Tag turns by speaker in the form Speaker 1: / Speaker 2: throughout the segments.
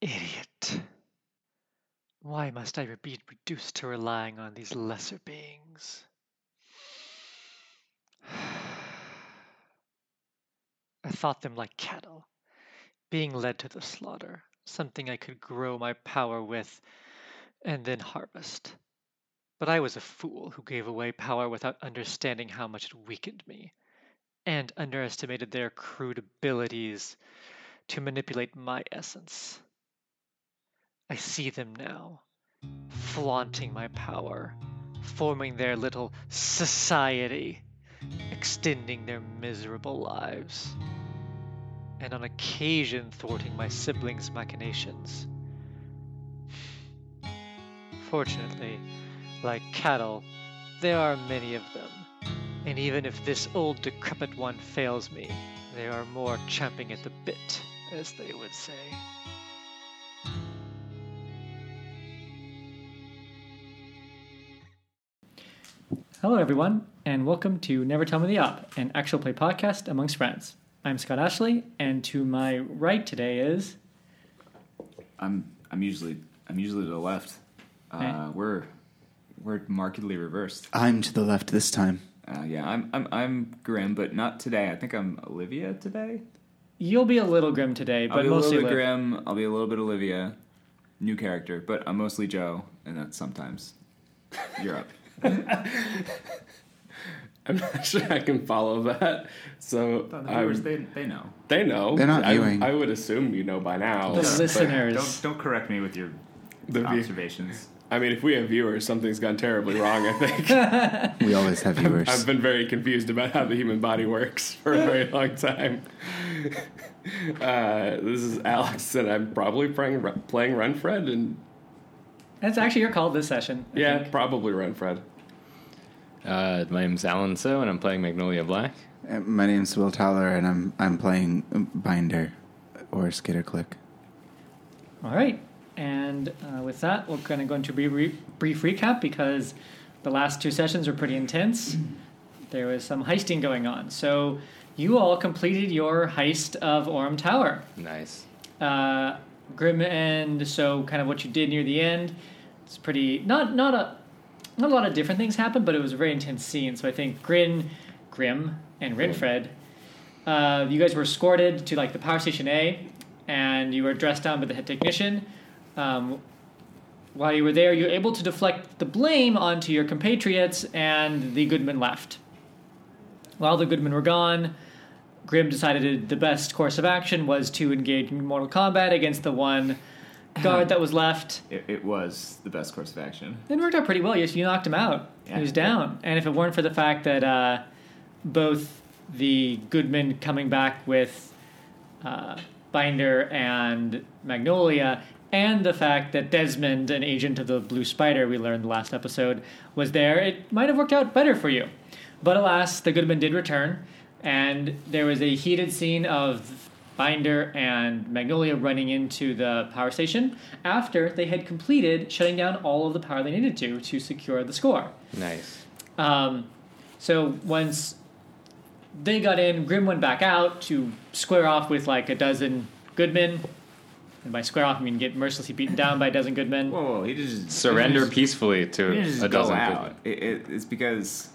Speaker 1: Idiot! Why must I be reduced to relying on these lesser beings? I thought them like cattle, being led to the slaughter, something I could grow my power with and then harvest. But I was a fool who gave away power without understanding how much it weakened me, and underestimated their crude abilities to manipulate my essence. I see them now, flaunting my power, forming their little society, extending their miserable lives, and on occasion thwarting my siblings' machinations. Fortunately, like cattle, there are many of them, and even if this old decrepit one fails me, there are more champing at the bit, as they would say. Hello, everyone, and welcome to Never Tell Me the Op, an actual play podcast amongst friends. I'm Scott Ashley, and to my right today is
Speaker 2: I'm I'm usually I'm usually to the left. Uh,
Speaker 1: Okay.
Speaker 2: We're we're markedly reversed.
Speaker 3: I'm to the left this time.
Speaker 2: Uh, yeah, I'm I'm I'm grim, but not today. I think I'm Olivia today.
Speaker 1: you'll be a little grim today,
Speaker 2: I'll
Speaker 1: but
Speaker 2: be a
Speaker 1: mostly
Speaker 2: little bit
Speaker 1: Liv.
Speaker 2: grim. I'll be a little bit Olivia, new character, but I'm mostly Joe, and that's sometimes. You're up.
Speaker 4: I'm not sure I can follow that. So
Speaker 2: viewers,
Speaker 4: I'm,
Speaker 2: they, they know.
Speaker 4: they know.
Speaker 3: They're not
Speaker 4: I,
Speaker 3: viewing.
Speaker 4: I would assume you know by now.
Speaker 1: The
Speaker 4: but
Speaker 1: listeners.
Speaker 2: Don't don't correct me with your
Speaker 4: the view-
Speaker 2: observations.
Speaker 4: I mean, if we have viewers, something's gone terribly wrong. I think
Speaker 3: We always have viewers.
Speaker 4: I've been very confused about how the human body works for a very long time. Uh, this is Alex, and I'm probably playing playing Run Fred, and
Speaker 1: That's actually your call this session. I
Speaker 4: yeah,
Speaker 1: think.
Speaker 4: probably Run Fred.
Speaker 5: Uh, my name's Alan So, and I'm playing Magnolia Black.
Speaker 3: Uh, My name's Will Tyler, and I'm I'm playing um, Binder or Skitter Click.
Speaker 1: All right. And uh, with that, we're going to go into a brief, brief recap because the last two sessions were pretty intense. There was some heisting going on. So you all completed your heist of Orm Tower.
Speaker 5: Nice.
Speaker 1: Uh, Grim and so kind of what you did near the end. It's pretty not not a not a lot of different things happened, but it was a very intense scene. So I think Grin, Grim, and Renfred, uh, you guys were escorted to like the power station A, and you were dressed down by the head technician. Um, while you were there, you were able to deflect the blame onto your compatriots, and the Goodmen left. While the Goodmen were gone, Grim decided the best course of action was to engage in Mortal Kombat against the one guard that was left.
Speaker 2: It, it was the best course of action.
Speaker 1: It worked out pretty well. You, you knocked him out.
Speaker 2: Yeah.
Speaker 1: He was down. And if it weren't for the fact that uh, both the Goodman coming back with uh, Binder and Magnolia, and the fact that Desmond, an agent of the Blue Spider, we learned last episode, was there, it might have worked out better for you. But alas, the Goodman did return, and there was a heated scene of Binder and Magnolia running into the power station after they had completed shutting down all of the power they needed to to secure the score.
Speaker 5: Nice.
Speaker 1: Um, so once they got in, Grim went back out to square off with like a dozen Goodmen. And by square off, I mean get mercilessly beaten down by a dozen Goodmen.
Speaker 2: Whoa, whoa, he just
Speaker 5: Surrender
Speaker 2: he just-
Speaker 5: peacefully
Speaker 2: he
Speaker 5: to
Speaker 2: just
Speaker 5: a
Speaker 2: go
Speaker 5: dozen
Speaker 2: out.
Speaker 5: people.
Speaker 2: It, it, it's because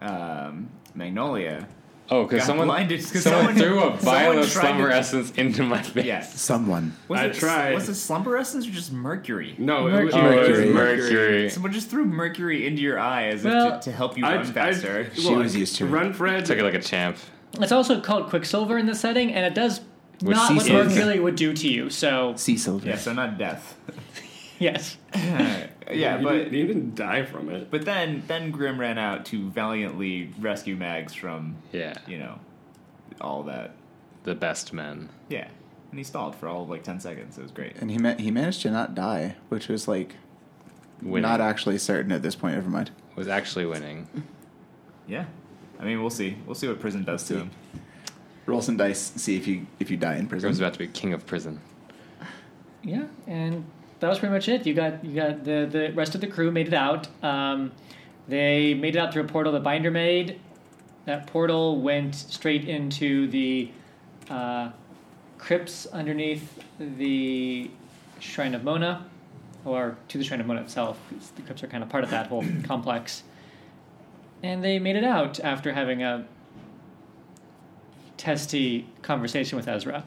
Speaker 2: um, Magnolia
Speaker 5: Oh,
Speaker 2: Got
Speaker 5: because someone,
Speaker 2: blinded, 'cause someone-
Speaker 5: someone threw a
Speaker 2: someone
Speaker 5: vial of
Speaker 2: tried to-
Speaker 5: slumber essence into my face.
Speaker 2: Yes.
Speaker 3: Someone.
Speaker 2: Was
Speaker 4: I
Speaker 2: it,
Speaker 4: tried.
Speaker 2: Was it slumber essence or just mercury?
Speaker 4: No,
Speaker 5: Oh,
Speaker 4: it was
Speaker 5: it was
Speaker 3: Mercury.
Speaker 5: Mercury.
Speaker 2: Someone just threw mercury into your eye as
Speaker 1: Well,
Speaker 2: if to, to help you
Speaker 4: I-
Speaker 2: run faster.
Speaker 4: I-
Speaker 3: She was used to it.
Speaker 4: Run Fred
Speaker 5: Took it like a champ.
Speaker 1: It's also called Quicksilver in this setting, and it does
Speaker 3: Which
Speaker 1: not what
Speaker 3: ceases-
Speaker 1: Mercury would do to you. So
Speaker 3: Sea soldier.
Speaker 2: yeah, so not death.
Speaker 1: yes,
Speaker 2: yeah,
Speaker 4: You
Speaker 2: but
Speaker 4: didn't, you didn't die from it.
Speaker 2: but then then Grim ran out to valiantly rescue Mags from
Speaker 5: Yeah.
Speaker 2: you know all that.
Speaker 5: The best men.
Speaker 2: Yeah, and he stalled for all of like ten seconds. It was great.
Speaker 3: And he ma- he managed to not die, which was like
Speaker 5: Winning.
Speaker 3: not actually certain at this point. Never mind.
Speaker 5: was actually winning.
Speaker 2: Yeah, I mean we'll see we'll see what prison does to
Speaker 3: see.
Speaker 2: him.
Speaker 3: Roll some dice. See if you if you die in
Speaker 5: Grim's
Speaker 3: prison.
Speaker 5: about to be king of prison.
Speaker 1: yeah, and that was pretty much it. You got you got the the rest of the crew made it out. Um, they made it out through a portal that Binder made. That portal went straight into the uh, crypts underneath the Shrine of Mona, or to the Shrine of Mona itself. 'cause The crypts are kind of part of that whole complex. And they made it out after having a testy conversation with Ezra.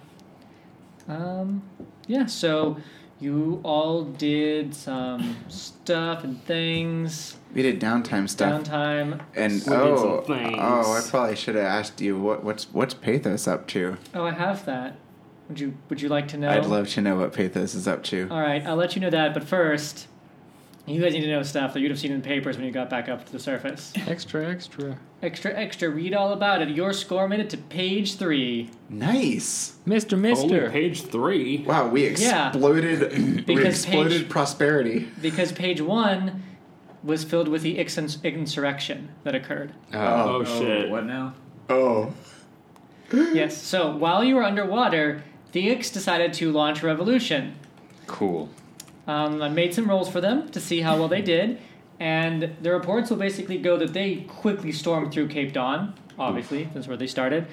Speaker 1: Um, yeah, so you all did some stuff and things,
Speaker 3: We did downtime stuff.
Speaker 1: downtime.
Speaker 3: And
Speaker 4: We did
Speaker 3: oh,
Speaker 4: some things.
Speaker 3: oh, I probably should have asked you what, what's what's Pathos up to.
Speaker 1: Oh, I have that. Would you Would you like to know?
Speaker 3: I'd love to know what Pathos is up to.
Speaker 1: All right, I'll let you know that. But first, you guys need to know stuff that you'd have seen in the papers when you got back up to the surface.
Speaker 5: Extra, extra.
Speaker 1: Extra, extra. Read all about it. Your score made it to page three
Speaker 3: Nice.
Speaker 5: Mister,
Speaker 4: Only
Speaker 5: mister.
Speaker 4: page three.
Speaker 3: Wow, we
Speaker 1: Yeah.
Speaker 3: exploded. we
Speaker 1: Because
Speaker 3: exploded
Speaker 1: page-
Speaker 3: prosperity.
Speaker 1: because page one was filled with the ixen- insurrection that occurred.
Speaker 4: Oh, shit.
Speaker 2: What now?
Speaker 3: Oh,
Speaker 1: Yes. So while you were underwater, the Ix decided to launch a revolution.
Speaker 5: cool.
Speaker 1: Um, I made some rolls for them to see how well they did, and the reports will basically go that they quickly stormed through Cape Dawn. Obviously, that's where they started.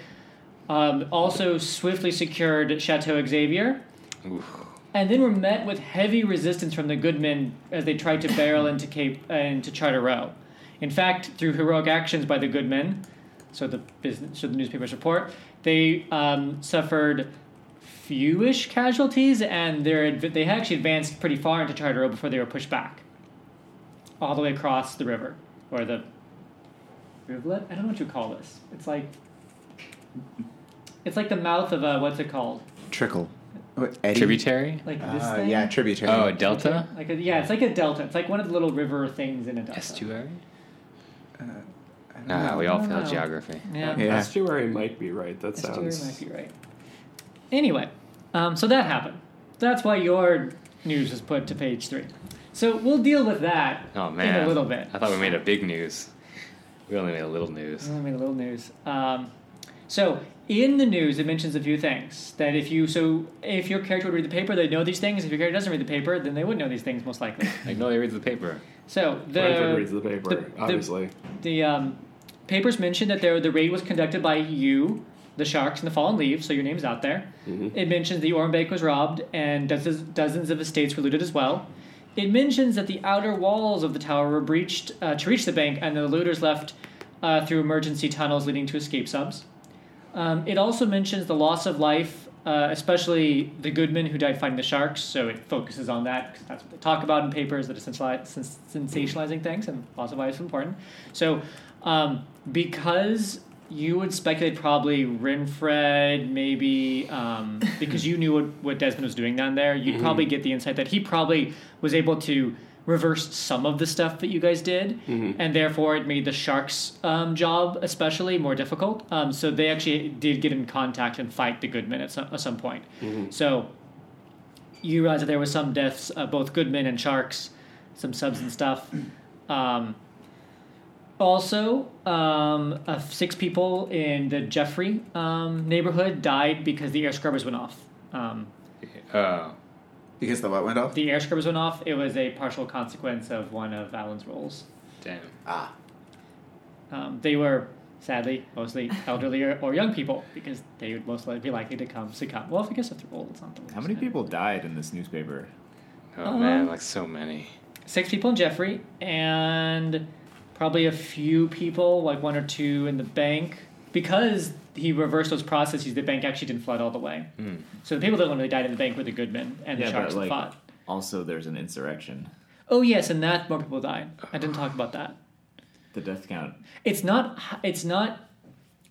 Speaker 1: Um, also, swiftly secured Chateau Xavier, and then were met with heavy resistance from the Goodmen as they tried to barrel into Cape uh, into Charter Row. In fact, through heroic actions by the Goodmen, so the business, so the newspapers report, they um, suffered fewish casualties, and they're adv- they actually advanced pretty far into Charter Row before they were pushed back, all the way across the river or the rivulet. I don't know what you call this. It's like it's like the mouth of a what's it called?
Speaker 3: trickle. What, Oh, Eddie?
Speaker 5: Tributary?
Speaker 1: Like this
Speaker 3: Uh,
Speaker 1: thing.
Speaker 3: yeah, tributary.
Speaker 5: Oh, Delta?
Speaker 1: Like a, yeah, it's like a delta. It's like one of the little river things in a delta.
Speaker 5: Estuary?
Speaker 3: I don't
Speaker 5: Nah,
Speaker 3: know.
Speaker 5: we all
Speaker 1: I don't
Speaker 5: failed
Speaker 1: know.
Speaker 5: geography.
Speaker 1: Yeah.
Speaker 3: Yeah.
Speaker 4: Estuary might be right. That
Speaker 1: Estuary
Speaker 4: sounds.
Speaker 1: might be right. Anyway, um, so that happened. That's why your news was put to page three. So we'll deal with that
Speaker 5: Oh, man.
Speaker 1: in a little bit.
Speaker 5: I thought we made a big news. We only made a little news.
Speaker 1: I made a little news. Um, so in the news, it mentions a few things that if you so if your character would read the paper, they'd know these things. If your character doesn't read the paper, then they would know these things most likely.
Speaker 5: Like, nobody reads the paper.
Speaker 1: So
Speaker 4: Bradford
Speaker 1: the
Speaker 4: reads the paper,
Speaker 1: the- the-
Speaker 4: obviously.
Speaker 1: the um, papers mentioned that there, the raid was conducted by you, the sharks, and the fallen leaves, so your name's out there. It mentions the Ormbank was robbed and dozens, dozens of estates were looted as well. It mentions that the outer walls of the tower were breached uh, to reach the bank and the looters left uh, through emergency tunnels leading to escape subs. Um, it also mentions the loss of life, uh, especially the Goodman who died fighting the sharks. So it focuses on that because that's what they talk about in papers that are sensali- sens- sensationalizing things, and loss of life is important. So um, because you would speculate probably Renfred, maybe um, because you knew what, what Desmond was doing down there, you'd probably get the insight that he probably was able to reverse some of the stuff that you guys did, and therefore it made the sharks' um, job especially more difficult. Um, so they actually did get in contact and fight the Goodmen at some, at some point. So you realize that there was some deaths, uh, both Goodmen and sharks, some subs and stuff. Um, also, um, uh, six people in the Jeffrey um, neighborhood died because the air scrubbers went off. Um,
Speaker 5: Oh.
Speaker 3: Because the what went off?
Speaker 1: the air scrubbers went off. It was a partial consequence of one of Alan's roles.
Speaker 5: Damn. Oh,
Speaker 1: Um, they were sadly mostly elderly or, or young people because they would most likely be likely to come succumb. Well, if I guess if they're old, it's not the worst.
Speaker 2: How many people died in this newspaper?
Speaker 5: Oh,
Speaker 1: Um,
Speaker 5: man, like so many.
Speaker 1: Six people in Jeffrey and probably a few people, like one or two in the bank, because he reversed those processes. The bank actually didn't flood all the way, so the people that literally died in the bank were the good men and the
Speaker 2: Hmm. Yeah,
Speaker 1: sharks
Speaker 2: but
Speaker 1: that
Speaker 2: like
Speaker 1: fought.
Speaker 2: also there's an insurrection.
Speaker 1: Oh yes, and that more people died. I didn't talk about that.
Speaker 2: The death count.
Speaker 1: it's not h- it's not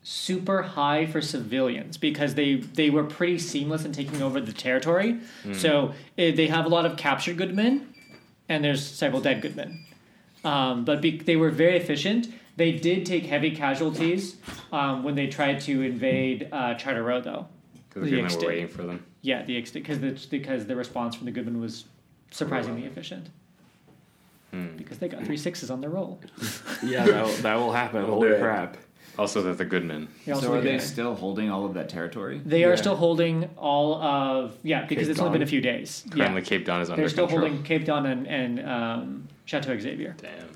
Speaker 1: super high for civilians because they they were pretty seamless in taking over the territory. So eh, they have a lot of captured good men, and there's several dead good men. Um, but be, they were very efficient. They did take heavy casualties um, when they tried to invade uh, Charter Row, though.
Speaker 5: Because
Speaker 1: The
Speaker 5: we were
Speaker 1: extent.
Speaker 5: waiting for them.
Speaker 1: Yeah, the because the because the response from the Goodman was surprisingly efficient. Because they got three sixes on their roll.
Speaker 4: Yeah, that will, that will happen. Holy crap.
Speaker 5: Also, they're the good men.
Speaker 1: They also
Speaker 2: so are
Speaker 1: did
Speaker 2: they
Speaker 1: it.
Speaker 2: still holding all of that territory?
Speaker 1: They are still holding all of yeah because
Speaker 4: Cape
Speaker 1: it's only been
Speaker 4: Dawn.
Speaker 1: a few days.
Speaker 5: Currently,
Speaker 1: yeah,
Speaker 5: Cape Dawn is under
Speaker 1: they're still
Speaker 5: control.
Speaker 1: holding Cape Dawn and, and um, Chateau Xavier.
Speaker 5: Damn.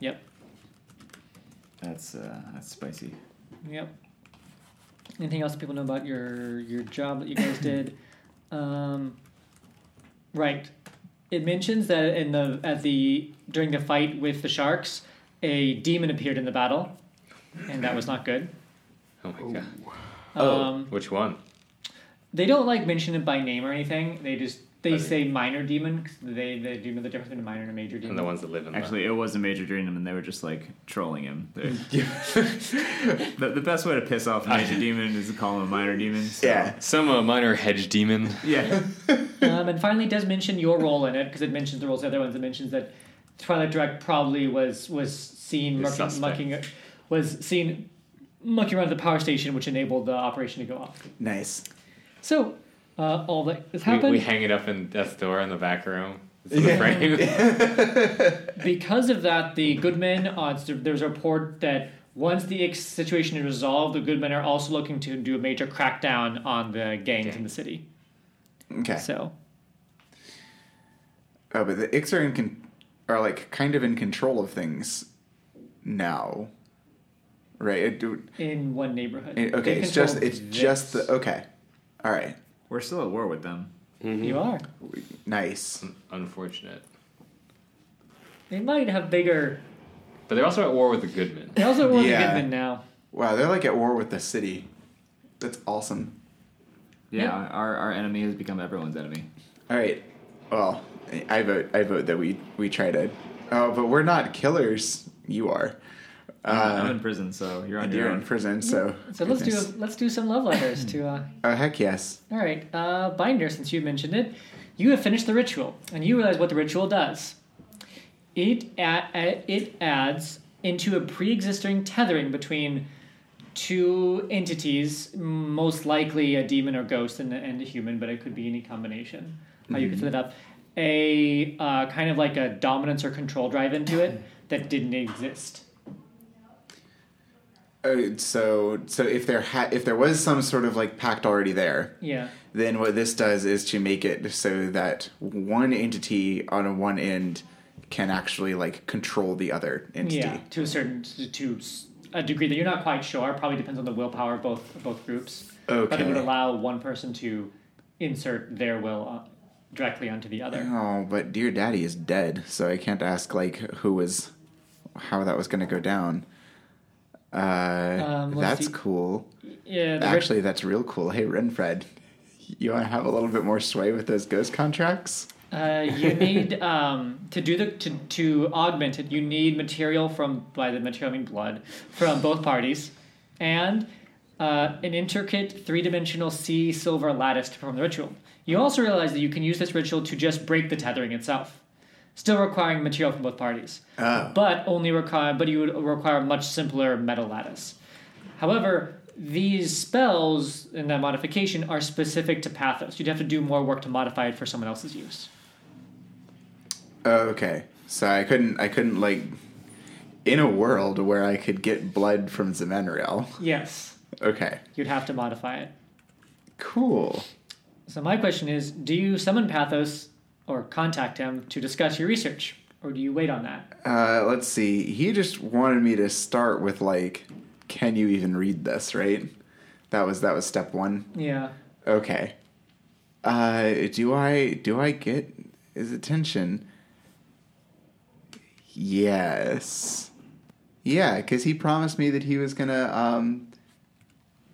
Speaker 1: Yep,
Speaker 2: That's uh, that's spicy.
Speaker 1: yep. Anything else that people know about your your job that you guys did? Um, Right. It mentions that in the at the during the fight with the sharks, a demon appeared in the battle, and that was not good.
Speaker 5: Oh my god.
Speaker 1: Um,
Speaker 5: Which one?
Speaker 1: they don't like mention it by name or anything. They just they say minor demon 'cause they they do know the difference between a minor and a major demon.
Speaker 5: And the ones that live in
Speaker 2: Actually, it was a major dream, and they were just like trolling him. They're- the, the best way to piss off a major demon is to call him a minor demon. So.
Speaker 5: the... Some uh, minor hedge demon.
Speaker 2: Yeah.
Speaker 1: Um, and finally, it does mention your role in it because it mentions the roles of the other ones. It mentions that Twilight Direct probably was was seen
Speaker 5: The
Speaker 1: mucking,
Speaker 5: suspect.
Speaker 1: mucking was seen mucking around at the power station, which enabled the operation to go off.
Speaker 3: Nice.
Speaker 1: So uh, all that has
Speaker 5: We,
Speaker 1: happened
Speaker 5: we hang it up in death's door in the back room. It's in the frame.
Speaker 1: because of that. The Goodmen, uh, it's- there's a report that once the ex- situation is resolved, the Goodmen are also looking to do a major crackdown on the gangs in the city.
Speaker 3: Okay.
Speaker 1: So
Speaker 3: Oh, but the Ix are in con- are like kind of in control of things now, right? It, do-
Speaker 1: in one neighborhood,
Speaker 3: it-
Speaker 1: They
Speaker 3: Eh, okay, it's
Speaker 1: control
Speaker 3: just it's
Speaker 1: this.
Speaker 3: just the okay. All right,
Speaker 2: We're still at war with them.
Speaker 1: you are.
Speaker 3: nice.
Speaker 5: Unfortunate.
Speaker 1: They might have bigger.
Speaker 5: But they're also at war with the Goodman.
Speaker 1: They also want
Speaker 3: Yeah.
Speaker 1: the Goodman now.
Speaker 3: Wow, they're like at war with the city. That's awesome.
Speaker 2: Yeah,
Speaker 1: Yeah.
Speaker 2: Our, our enemy has become everyone's enemy.
Speaker 3: All right. Well, I vote. I vote that we we try to. Oh, but we're not killers. You are.
Speaker 2: I'm
Speaker 3: Uh,
Speaker 2: in prison, so you're on
Speaker 3: and
Speaker 2: your
Speaker 3: you're
Speaker 2: own.
Speaker 3: in prison, so.
Speaker 1: So let's do
Speaker 3: goodness.
Speaker 1: let's do some love letters to. Uh,
Speaker 3: Oh heck yes.
Speaker 1: all right, uh, Binder. Since you mentioned it, you have finished the ritual, and you realize what the ritual does. It a- a- it adds into a pre-existing tethering between two entities, most likely a demon or ghost and, and a human, but it could be any combination. How you could
Speaker 3: Mm-hmm.
Speaker 1: set it up a uh, kind of like a dominance or control drive into it that didn't exist.
Speaker 3: Uh, so so if there ha- if there was some sort of like pact already there,
Speaker 1: Yeah.
Speaker 3: then what this does is to make it so that one entity on one end can actually like control the other entity.
Speaker 1: Yeah, to a certain to, to a degree that you're not quite sure. Probably depends on the willpower of both of both groups. But it would
Speaker 3: Okay.
Speaker 1: allow one person to insert their will uh, directly onto the other.
Speaker 3: Oh, but dear daddy is dead, so I can't ask like who was how that was going to go down. Uh,
Speaker 1: Um, let's
Speaker 3: that's
Speaker 1: see.
Speaker 3: cool.
Speaker 1: Yeah, the rit-
Speaker 3: Actually, that's real cool. Hey, Renfred, you want to have a little bit more sway with those ghost contracts?
Speaker 1: uh, you need um, to do the to, to augment it. You need material from by the material I mean blood from both parties, and uh, an intricate three-dimensional sea silver lattice to perform the ritual. You also realize that you can use this ritual to just break the tethering itself, still requiring material from both parties. but only require but you would require a much simpler metal lattice. However, these spells and that modification are specific to Pathos. You'd have to do more work to modify it for someone else's use.
Speaker 3: Oh, Okay, so I couldn't. I couldn't like in a world where I could get blood from Zemenriel.
Speaker 1: Yes,
Speaker 3: Okay,
Speaker 1: you'd have to modify it.
Speaker 3: cool.
Speaker 1: So my question is, do you summon Pathos or contact him to discuss your research or do you wait on that?
Speaker 3: Uh, let's see. He just wanted me to start with like, can you even read this? Right. That was that was step one.
Speaker 1: Yeah.
Speaker 3: Okay. Uh, do I do I get his attention? Yes. Yeah, because he promised me that he was gonna um,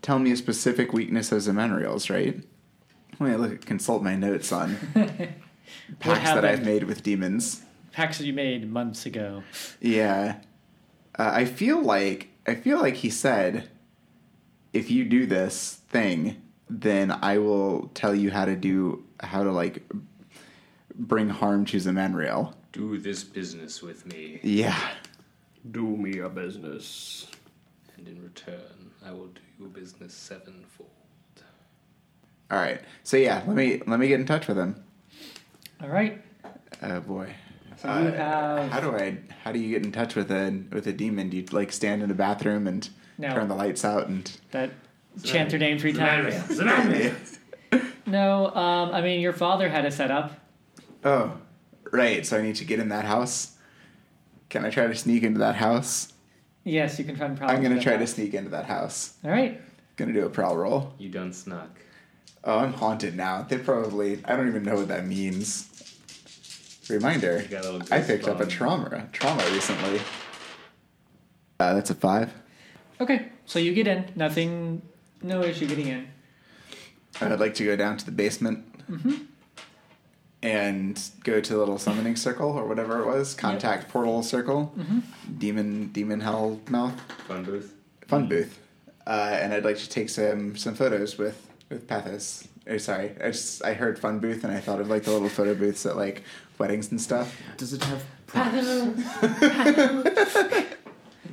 Speaker 3: tell me a specific weakness of Zemenriel's, right? Let me look consult my notes on packs that I've
Speaker 1: happened?
Speaker 3: made with demons.
Speaker 1: Packs that you made months ago.
Speaker 3: Yeah. Uh, I feel like I feel like he said, if you do this thing, then I will tell you how to do how to like bring harm to Zemanriel.
Speaker 5: Do this business with me,
Speaker 3: Yeah.
Speaker 4: Do me a business.
Speaker 5: and in return, I will do your business sevenfold.
Speaker 3: All right. So yeah, let me let me get in touch with him.
Speaker 1: All right.
Speaker 3: Oh boy. Uh,
Speaker 1: So you have
Speaker 3: How do I? How do you get in touch with a with a demon? Do you like stand in a bathroom and
Speaker 1: No.
Speaker 3: turn the lights out and?
Speaker 1: that chant their name three times.
Speaker 4: Oh,
Speaker 1: No, um, I mean your father had it set up.
Speaker 3: Oh, right. So I need to get in that house. Can I try to sneak into that house?
Speaker 1: Yes, you can find problems.
Speaker 3: I'm gonna
Speaker 1: with
Speaker 3: try to
Speaker 1: that.
Speaker 3: sneak into that house.
Speaker 1: All right.
Speaker 3: Gonna do a prowl roll.
Speaker 5: You done snuck.
Speaker 3: Oh, I'm haunted now. They probably I don't even know what that means. Reminder.
Speaker 5: got a little
Speaker 3: I picked up a
Speaker 5: goosebump.
Speaker 3: trauma trauma recently. Uh, that's a five.
Speaker 1: Okay, so you get in. Nothing, no issue getting in.
Speaker 3: I'd like to go down to the basement and go to the little summoning circle or whatever it was, contact portal circle, demon demon hell mouth
Speaker 5: Fun booth.
Speaker 3: fun booth, uh, and I'd like to take some some photos with with Pathos. Or sorry, I just I heard fun booth and I thought of like the little photo booths at like weddings and stuff.
Speaker 2: Does it have?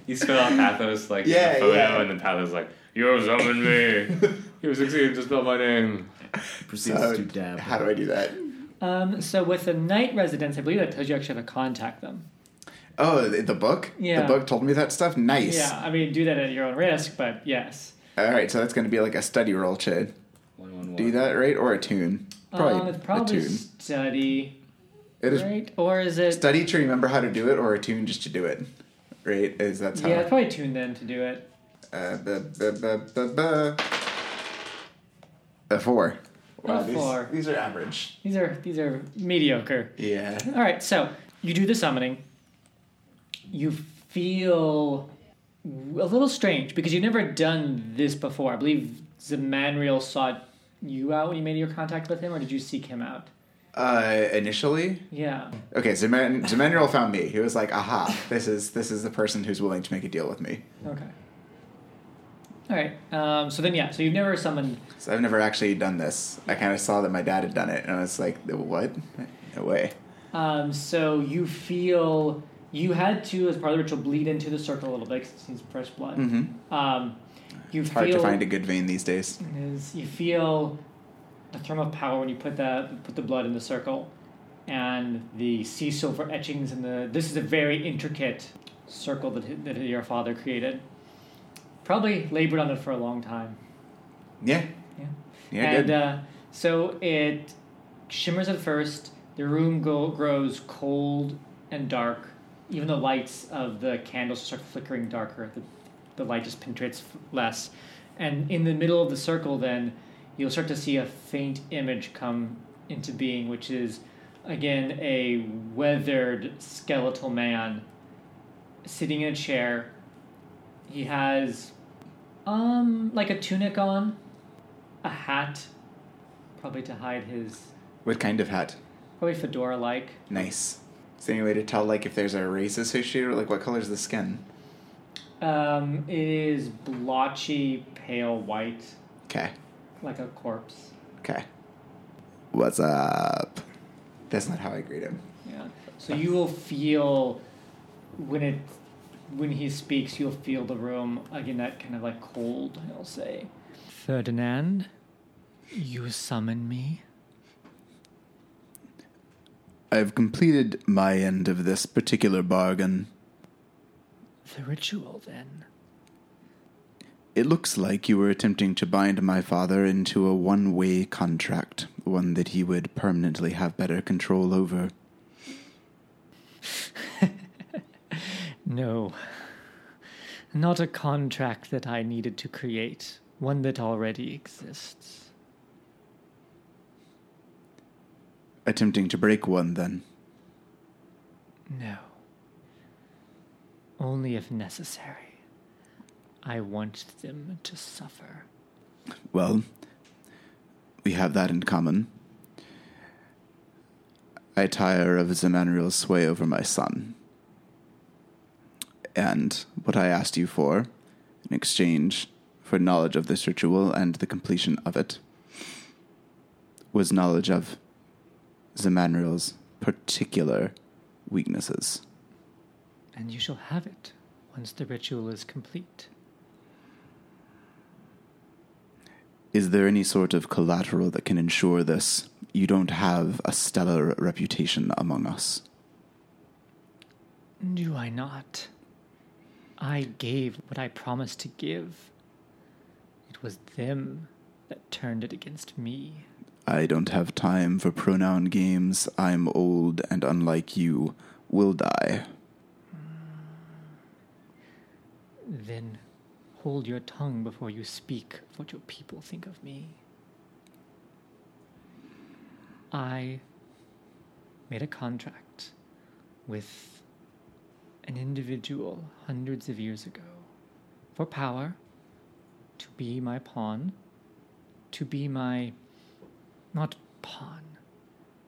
Speaker 5: You spell out Pathos like
Speaker 3: Yeah,
Speaker 5: in the photo,
Speaker 3: yeah.
Speaker 5: and then Pathos like, "You summoned me. you succeeded to spell my name."
Speaker 2: Proceeds
Speaker 3: So,
Speaker 2: to dab.
Speaker 3: How do I do that?
Speaker 1: Um, so with the night residents, I believe that tells you actually how to contact them.
Speaker 3: Oh, the, the book.
Speaker 1: Yeah.
Speaker 3: The book told me that stuff. Nice.
Speaker 1: Yeah, I mean, do that at your own risk, but yes.
Speaker 3: All right, so that's going to be like a study roll, Chid.
Speaker 5: One one one.
Speaker 3: Do that right or a tune? Probably,
Speaker 1: um, it's probably
Speaker 3: a tune.
Speaker 1: study,
Speaker 3: It is
Speaker 1: right? Or is it?
Speaker 3: study to remember how to do it or a tune just to do it right is that's how
Speaker 1: Yeah, it's probably tune then to do it.
Speaker 3: uh, buh, buh, buh, buh, buh. a four
Speaker 1: A
Speaker 3: these,
Speaker 1: four.
Speaker 3: these are average
Speaker 1: These are these are mediocre.
Speaker 3: yeah
Speaker 1: All right, so you do the summoning. You feel a little strange because you've never done this before. I believe Zamanriel sought you out when you made your contact with him, or did you seek him out?
Speaker 3: uh initially
Speaker 1: Yeah.
Speaker 3: okay Zeman- Zemanuel found me he was like aha this is this is the person who's willing to make a deal with me
Speaker 1: Okay. All right. Um, so then, yeah. So you've never summoned.
Speaker 3: so I've never actually done this I kind of saw that my dad had done it and I was like what no way
Speaker 1: Um, so you feel you had to, as part of the ritual, bleed into the circle a little bit 'cause it seems fresh blood. Um, you
Speaker 3: Mm-hmm. Hmm. hard
Speaker 1: feel
Speaker 3: to find a good vein these days
Speaker 1: is you feel the thermal power when you put the put the blood in the circle, and the sea silver etchings and the this is a very intricate circle that hi- that your father created. Probably labored on it for a long time.
Speaker 3: yeah
Speaker 1: Yeah.
Speaker 3: yeah
Speaker 1: and
Speaker 3: good
Speaker 1: Uh, so it shimmers at first. The room go- grows cold and dark. Even the lights of the candles start flickering darker. The, the light just penetrates f- less. And in the middle of the circle, then, you'll start to see a faint image come into being, which is, again, a weathered skeletal man sitting in a chair. He has, um, like a tunic on, a hat, probably to hide his
Speaker 3: what kind of hat
Speaker 1: probably fedora like.
Speaker 3: Nice. Is there any way to tell like if there's a race associated or like what color's the skin?
Speaker 1: Um, it is blotchy, pale white,
Speaker 3: Okay.
Speaker 1: like a corpse.
Speaker 3: Okay. What's up? That's not how I greet him.
Speaker 1: Yeah. So you will feel when it when he speaks, you'll feel the room again that kind of like cold. He'll say, Ferdinand, you summon me.
Speaker 3: I've completed my end of this particular bargain.
Speaker 1: The ritual, then.
Speaker 3: It looks like you were attempting to bind my father into a one way contract, one that he would permanently have better control over.
Speaker 1: No. Not a contract that I needed to create, one that already exists.
Speaker 3: Attempting to break one, then.
Speaker 1: No. Only if necessary. I want them to suffer.
Speaker 3: Well, we have that in common. I tire of Zemanriel's sway over my son. And what I asked you for, in exchange for knowledge of this ritual and the completion of it, was knowledge of Zemanriel's particular weaknesses.
Speaker 1: And you shall have it once the ritual is complete.
Speaker 3: Is there any sort of collateral that can ensure this? You don't have a stellar reputation among us.
Speaker 1: Do I not? I gave what I promised to give. It was them that turned it against me.
Speaker 3: I don't have time for pronoun games. I'm old and unlike you, will die.
Speaker 1: Then hold your tongue before you speak of what your people think of me. I made a contract with an individual hundreds of years ago for power to be my pawn, to be my. not pawn.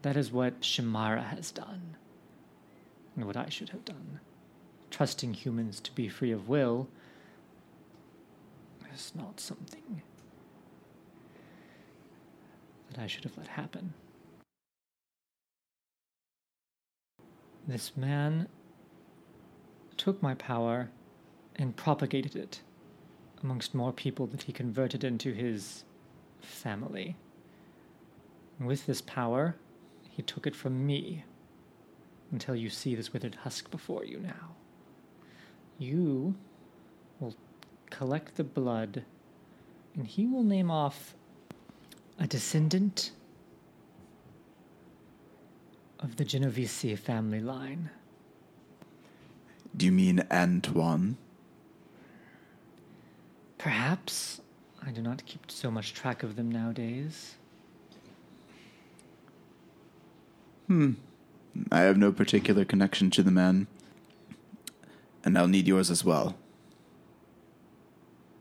Speaker 1: That is what Shimara has done, and what I should have done. Trusting humans to be free of will is not something that I should have let happen. This man took my power and propagated it amongst more people that he converted into his family. And with this power, he took it from me until you see this withered husk before you now. You will collect the blood, and he will name off a descendant of the Genovese family line.
Speaker 3: Do you mean Antoine?
Speaker 1: Perhaps. I do not keep so much track of them nowadays.
Speaker 3: I have no particular connection to the man. And I'll need yours as well.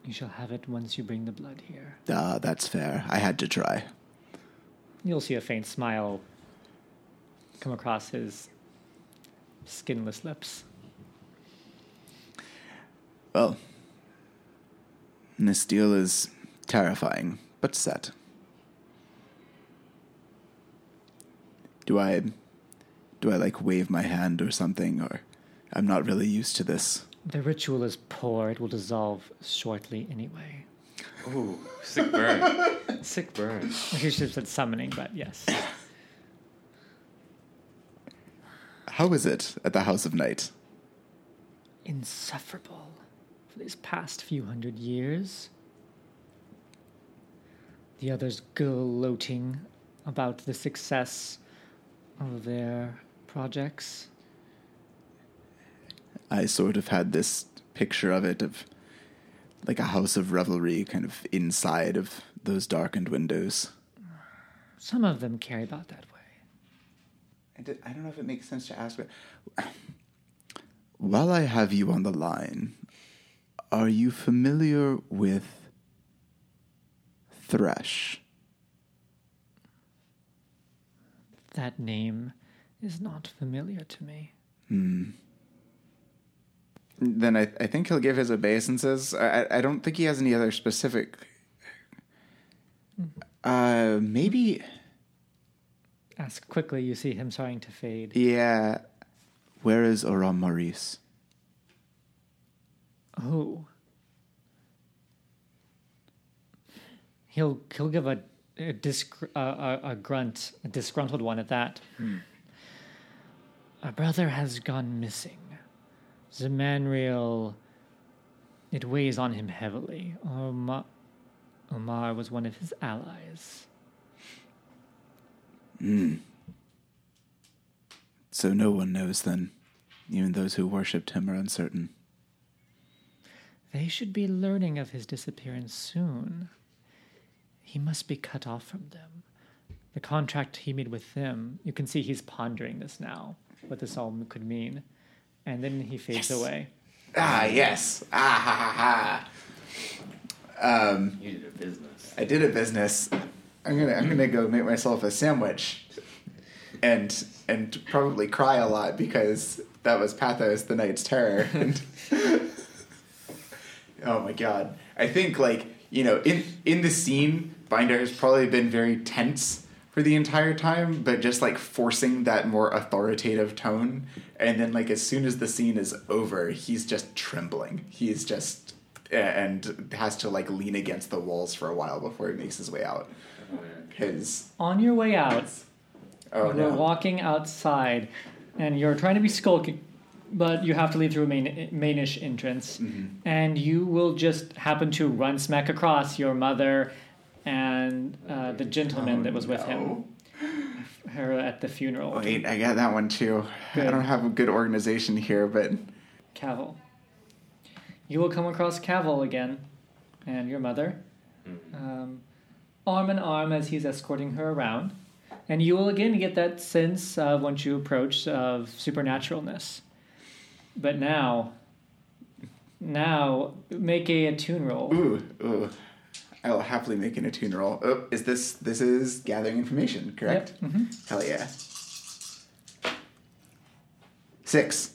Speaker 1: You shall have it once you bring the blood here.
Speaker 3: Ah, that's fair. I had to try.
Speaker 1: You'll see a faint smile come across his skinless lips.
Speaker 3: Well, this deal is terrifying, but set. Do I do I like wave my hand or something or I'm not really used to this.
Speaker 1: The ritual is poor, it will dissolve shortly anyway.
Speaker 5: Ooh, sick burn. sick burn.
Speaker 1: I should have said summoning, but yes.
Speaker 3: How is it at the House of Night?
Speaker 1: insufferable for these past few hundred years. The others gloating about the success of their projects.
Speaker 3: I sort of had this picture of it of like a house of revelry kind of inside of those darkened windows.
Speaker 1: Some of them care about that way.
Speaker 3: I d- I don't know if it makes sense to ask, but while I have you on the line, are you familiar with Thresh?
Speaker 1: That name is not familiar to me.
Speaker 3: Then I, I think he'll give his obeisances. I, I- I don't think he has any other specific. Uh, maybe.
Speaker 1: Ask quickly, you see him starting to fade.
Speaker 3: Yeah. Where is Oram Maurice?
Speaker 1: Oh. He'll he'll give a a, disc, a, a, a grunt, a disgruntled one at that. Our brother has gone missing. Zemanriel. It weighs on him heavily. Omar, Omar was one of his allies.
Speaker 3: So no one knows then. Even those who worshipped him are uncertain.
Speaker 1: They should be learning of his disappearance soon. He must be cut off from them. The contract he made with them, you can see he's pondering this now, what this all could mean. And then he fades away.
Speaker 3: Ah, yes. Ah, ha, ha, ha. Um,
Speaker 5: You did a business.
Speaker 3: I did a business. I'm gonna I'm gonna go make myself a sandwich, and and probably cry a lot because that was Pathos, the Knight's Terror. And oh my god! I think like you know in in the scene, Binder has probably been very tense for the entire time, but just like forcing that more authoritative tone, and then like as soon as the scene is over, he's just trembling. He's just and has to like lean against the walls for a while before he makes his way out. His
Speaker 1: On your way out,
Speaker 3: oh
Speaker 1: you're
Speaker 3: no.
Speaker 1: walking outside and you're trying to be skulking, but you have to leave through a main, mainish entrance.
Speaker 3: Mm-hmm.
Speaker 1: And you will just happen to run smack across your mother and uh, the gentleman that was with him.
Speaker 3: no.
Speaker 1: Her at the funeral.
Speaker 3: Wait, I got that one too. I
Speaker 1: Good.
Speaker 3: don't have a good organization here, but
Speaker 1: Cavil. You will come across Cavil again, and your mother, um, arm in arm as he's escorting her around. and you will again get that sense of once you approach of supernaturalness. But now, now make a attune roll.
Speaker 3: Ooh, ooh. I'll happily make an attune roll. Oh, is this this is gathering information, correct? Hell yeah. Six.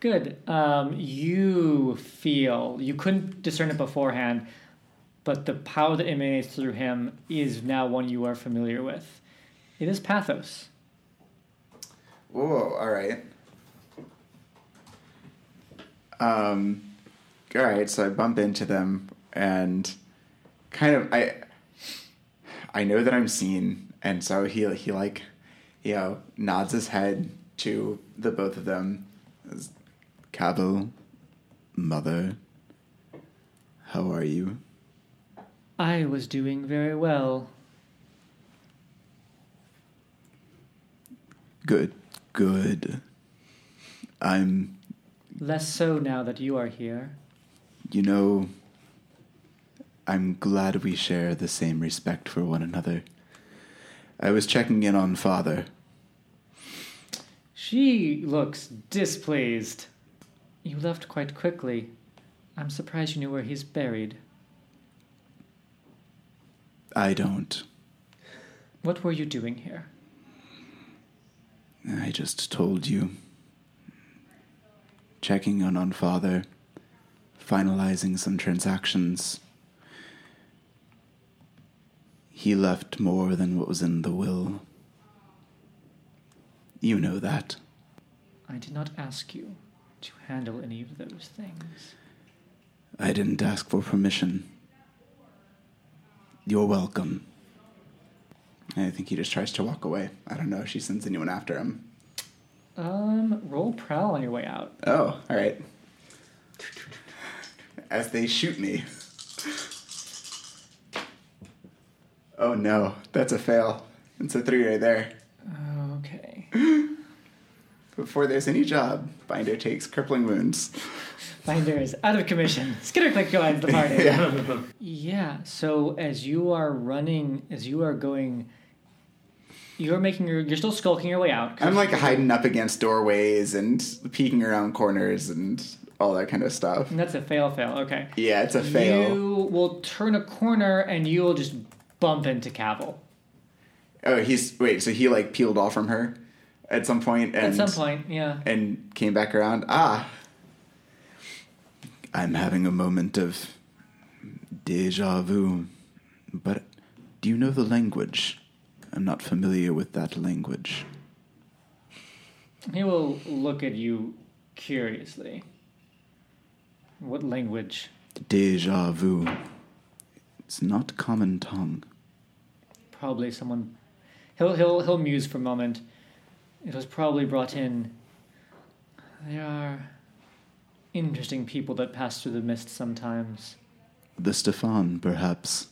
Speaker 1: Good. Um, you feel you couldn't discern it beforehand, but the power that emanates through him is now one you are familiar with. It is pathos.
Speaker 3: Whoa, all right. Um, all right, so I bump into them and kind of I I know that I'm seen, and so he he like you know nods his head to the both of them. Says, Cabo, mother, how are you?
Speaker 1: I was doing very well.
Speaker 3: Good, good. I'm
Speaker 1: Less so now that you are here.
Speaker 3: You know, I'm glad we share the same respect for one another. I was checking in on father.
Speaker 1: She looks displeased. You left quite quickly. I'm surprised you knew where he's buried.
Speaker 3: I don't.
Speaker 1: What were you doing here?
Speaker 3: I just told you. Checking in on father, finalizing some transactions. He left more than what was in the will. You know that.
Speaker 1: I did not ask you to handle any of those things.
Speaker 3: I didn't ask for permission. You're welcome. I think he just tries to walk away. I don't know if she sends anyone after him.
Speaker 1: Um, roll prowl on your way out.
Speaker 3: Oh, all right. As they shoot me. Oh no, that's a fail. It's a three right there.
Speaker 1: Okay.
Speaker 3: Before there's any job, Binder takes crippling wounds.
Speaker 1: Binder is out of commission. Skitterclick joins the party. yeah. So as you are running, as you are going, you're making your, you're still skulking your way out.
Speaker 3: I'm like hiding up against doorways and peeking around corners and all that kind of stuff.
Speaker 1: And that's a fail, fail. Okay.
Speaker 3: Yeah, it's a fail.
Speaker 1: You will turn a corner and you will just bump into Cavil.
Speaker 3: Oh, he's wait. So he like peeled off from her at some point and
Speaker 1: At some point, yeah.
Speaker 3: and came back around. Ah, I'm having a moment of deja vu, but do you know the language? I'm not familiar with that language.
Speaker 1: He will look at you curiously. What language?
Speaker 3: Deja vu. It's not common tongue.
Speaker 1: Probably someone. He'll he'll he'll muse for a moment. It was probably brought in. There are interesting people that pass through the mist sometimes.
Speaker 3: The Stefan, perhaps.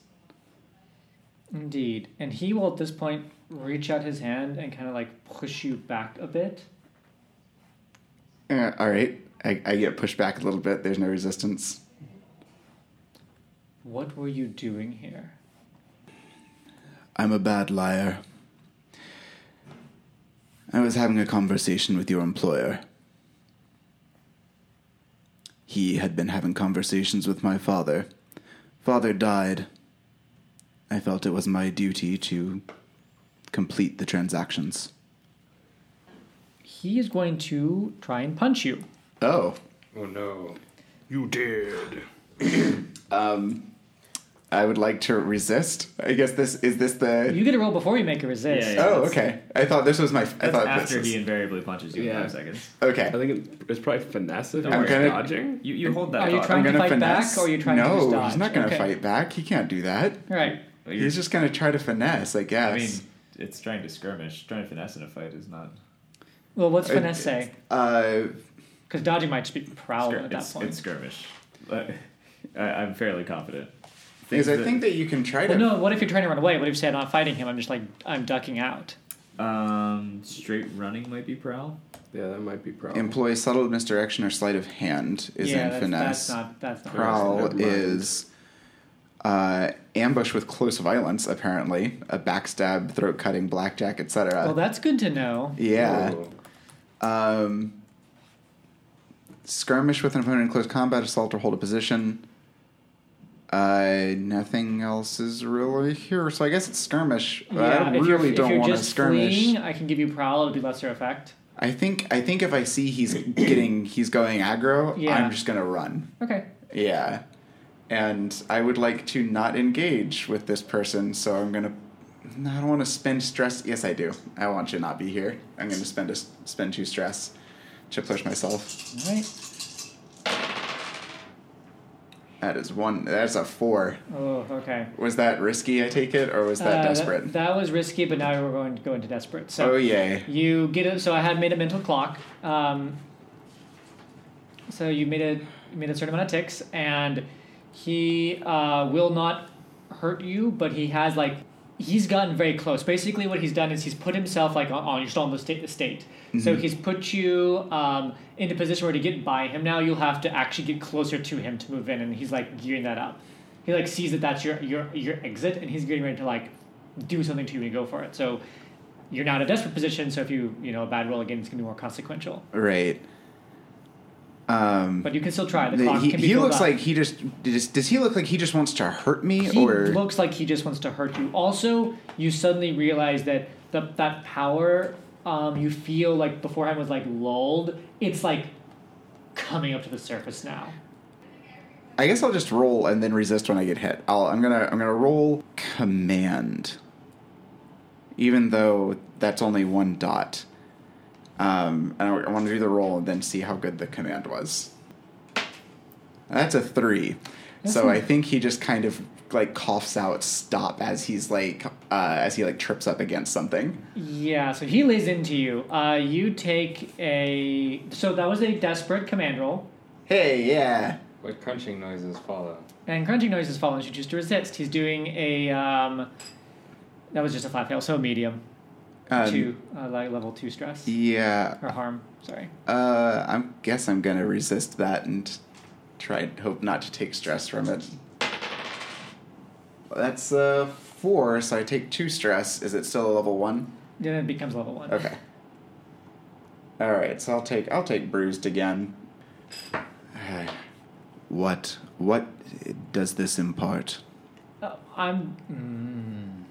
Speaker 1: Indeed. And he will at this point reach out his hand and kind of like push you back a bit.
Speaker 3: Uh, all right, I, I get pushed back a little bit. There's no resistance.
Speaker 1: What were you doing here?
Speaker 3: I'm a bad liar. I was having a conversation with your employer. He had been having conversations with my father. Father died. I felt it was my duty to complete the transactions.
Speaker 1: He is going to try and punch you.
Speaker 3: Oh,
Speaker 5: Oh no.
Speaker 4: You did.
Speaker 3: I would like to resist. I guess this is this the.
Speaker 1: You get a roll before you make a resist.
Speaker 2: Yeah, yeah.
Speaker 3: oh, okay. I thought this was my. I
Speaker 2: That's
Speaker 3: thought
Speaker 2: after
Speaker 3: this
Speaker 2: he
Speaker 3: was,
Speaker 2: invariably punches you in
Speaker 4: Yeah.
Speaker 2: five seconds.
Speaker 3: Okay.
Speaker 4: I think it- it's probably finesse if
Speaker 2: Don't
Speaker 4: you're
Speaker 2: worry.
Speaker 3: gonna-
Speaker 4: dodging.
Speaker 2: You, you hold that
Speaker 1: Are you
Speaker 2: thought.
Speaker 1: trying-
Speaker 3: I'm
Speaker 1: to
Speaker 3: gonna
Speaker 1: fight
Speaker 3: finesse.
Speaker 1: back, or are you trying to
Speaker 3: no,
Speaker 1: just
Speaker 3: he's
Speaker 1: dodge?
Speaker 3: not gonna
Speaker 1: Okay.
Speaker 3: fight back. He can't do that.
Speaker 1: Right.
Speaker 2: You're-
Speaker 3: He's just gonna try to finesse, I guess.
Speaker 2: I mean, it's trying to skirmish. Trying to finesse in a fight is not.
Speaker 1: Well, what's
Speaker 3: Uh,
Speaker 1: finesse say?
Speaker 3: uh,
Speaker 1: Because dodging might just be prowl
Speaker 2: Skir-
Speaker 1: at that
Speaker 2: it's,
Speaker 1: point.
Speaker 2: it's skirmish. But I, I'm fairly confident.
Speaker 3: because I
Speaker 2: that-
Speaker 3: think that you can try to.
Speaker 1: well, no. What if you're trying to run away? What if you say I'm not fighting him? I'm just like I'm ducking out.
Speaker 2: Um, straight running might be prowl.
Speaker 4: Yeah, that might be problem.
Speaker 3: Employ subtle misdirection or sleight of hand is
Speaker 1: yeah,
Speaker 3: in
Speaker 1: that's,
Speaker 3: finesse.
Speaker 1: that's not that's not.
Speaker 4: Prowl.
Speaker 3: Prowl
Speaker 4: Never mind.
Speaker 3: is uh, ambush with close violence, apparently, a backstab, throat cutting, blackjack, etc.
Speaker 1: Well, that's good to know.
Speaker 3: yeah.
Speaker 5: Ooh.
Speaker 3: Um, skirmish with an opponent in close combat, assault, or hold a position. Uh, nothing else is really here, so I guess it's skirmish. but
Speaker 1: yeah,
Speaker 3: I
Speaker 1: if you're-
Speaker 3: really
Speaker 1: if
Speaker 3: don't
Speaker 1: you're
Speaker 3: want to
Speaker 1: just
Speaker 3: skirmish.
Speaker 1: Fleeing, I can give you prowl. It'll be lesser effect.
Speaker 3: I think I think if I see he's getting he's going aggro,
Speaker 1: Yeah.
Speaker 3: I'm just gonna run.
Speaker 1: Okay.
Speaker 3: Yeah, and I would like to not engage with this person, so I'm gonna. no, I don't want to spend stress. Yes, I do. I want to not be here. I'm gonna spend a, spend two stress to push myself.
Speaker 1: All right.
Speaker 3: That is one. That's a four.
Speaker 1: Oh, okay.
Speaker 3: Was that risky? I take it, or was that
Speaker 1: Uh,
Speaker 3: desperate?
Speaker 1: That, was risky, but now we're going to go into desperate. So
Speaker 3: oh yay!
Speaker 1: You get a So I had made a mental clock. Um, so you made a you made a certain amount of ticks, and he uh, will not hurt you, but he has like he's gotten very close. Basically, what he's done is he's put himself like on, on you're still in the state. The state. So he's put you um, in a position where to get by him. Now you'll have to actually get closer to him to move in, and he's like gearing that up. He like sees that that's your your your exit, and he's getting ready to like do something to you and go for it. So you're now in a desperate position. So if you you know a bad roll again, it's gonna be more consequential.
Speaker 3: Right. Um.
Speaker 1: But you can still try. The,
Speaker 3: the-
Speaker 1: clock
Speaker 3: he
Speaker 1: can be
Speaker 3: he
Speaker 1: filled
Speaker 3: looks
Speaker 1: up.
Speaker 3: like he just, just does. He look like he just wants to hurt me,
Speaker 1: he
Speaker 3: or
Speaker 1: looks like he just wants to hurt you. Also, you suddenly realize that the, that power um, you feel like beforehand was like lulled. It's like coming up to the surface now.
Speaker 3: I guess I'll just roll and then resist when I get hit. I'll, I'm gonna I'm gonna roll command, even though that's only one dot. Um, and I, I want to do the roll and then see how good the command was. That's a three, so I think he just kind of like coughs out stop as he's like uh, as he like trips up against something.
Speaker 1: Yeah. So he lays into you. Uh, you take a. So that was a desperate command roll.
Speaker 3: Hey, yeah,
Speaker 5: What crunching noises follow?
Speaker 1: And crunching noises fall unless you choose to resist. He's doing a. Um, that was just a flat fail, so a medium.
Speaker 3: Um,
Speaker 1: two, uh, like level two stress.
Speaker 3: yeah.
Speaker 1: Or harm, sorry.
Speaker 3: Uh, I guess I'm gonna resist that and try hope not to take stress from it. That's uh four, so I take two stress. Is it still a level one?
Speaker 1: Then it becomes level one.
Speaker 3: Okay. All right, so I'll take I'll take bruised again. What what does this impart?
Speaker 1: Uh, I'm. Mm,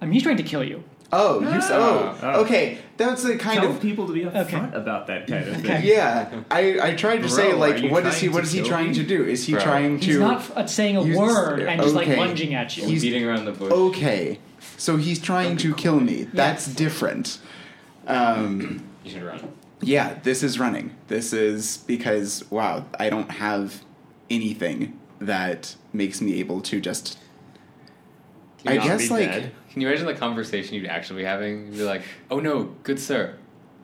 Speaker 1: I mean, he's trying to kill you.
Speaker 3: Oh, you s- oh,
Speaker 2: Ah.
Speaker 3: okay. That's the kind
Speaker 2: Tell
Speaker 3: of
Speaker 2: people to be upfront
Speaker 1: Okay.
Speaker 2: about that kind of thing.
Speaker 3: yeah. I I tried to
Speaker 2: Bro,
Speaker 3: say
Speaker 2: are
Speaker 3: like
Speaker 2: you
Speaker 3: what is he
Speaker 2: trying
Speaker 3: what
Speaker 2: to
Speaker 3: is he
Speaker 2: kill
Speaker 3: trying
Speaker 2: me?
Speaker 3: to do? Is he
Speaker 5: Bro.
Speaker 3: trying to
Speaker 1: He's not f- uh, saying a
Speaker 3: Use-
Speaker 1: word and just like
Speaker 3: okay.
Speaker 1: lunging at you.
Speaker 5: He's beating around the bush.
Speaker 3: okay so he's trying to kill me that's different um,
Speaker 5: You should run.
Speaker 3: yeah this is running this is because wow i don't have anything that makes me able to just
Speaker 5: Can you
Speaker 3: I
Speaker 5: not
Speaker 3: guess
Speaker 5: be
Speaker 3: like
Speaker 5: dead? Can you imagine the conversation you'd actually be having? You'd be like, "Oh no, good sir,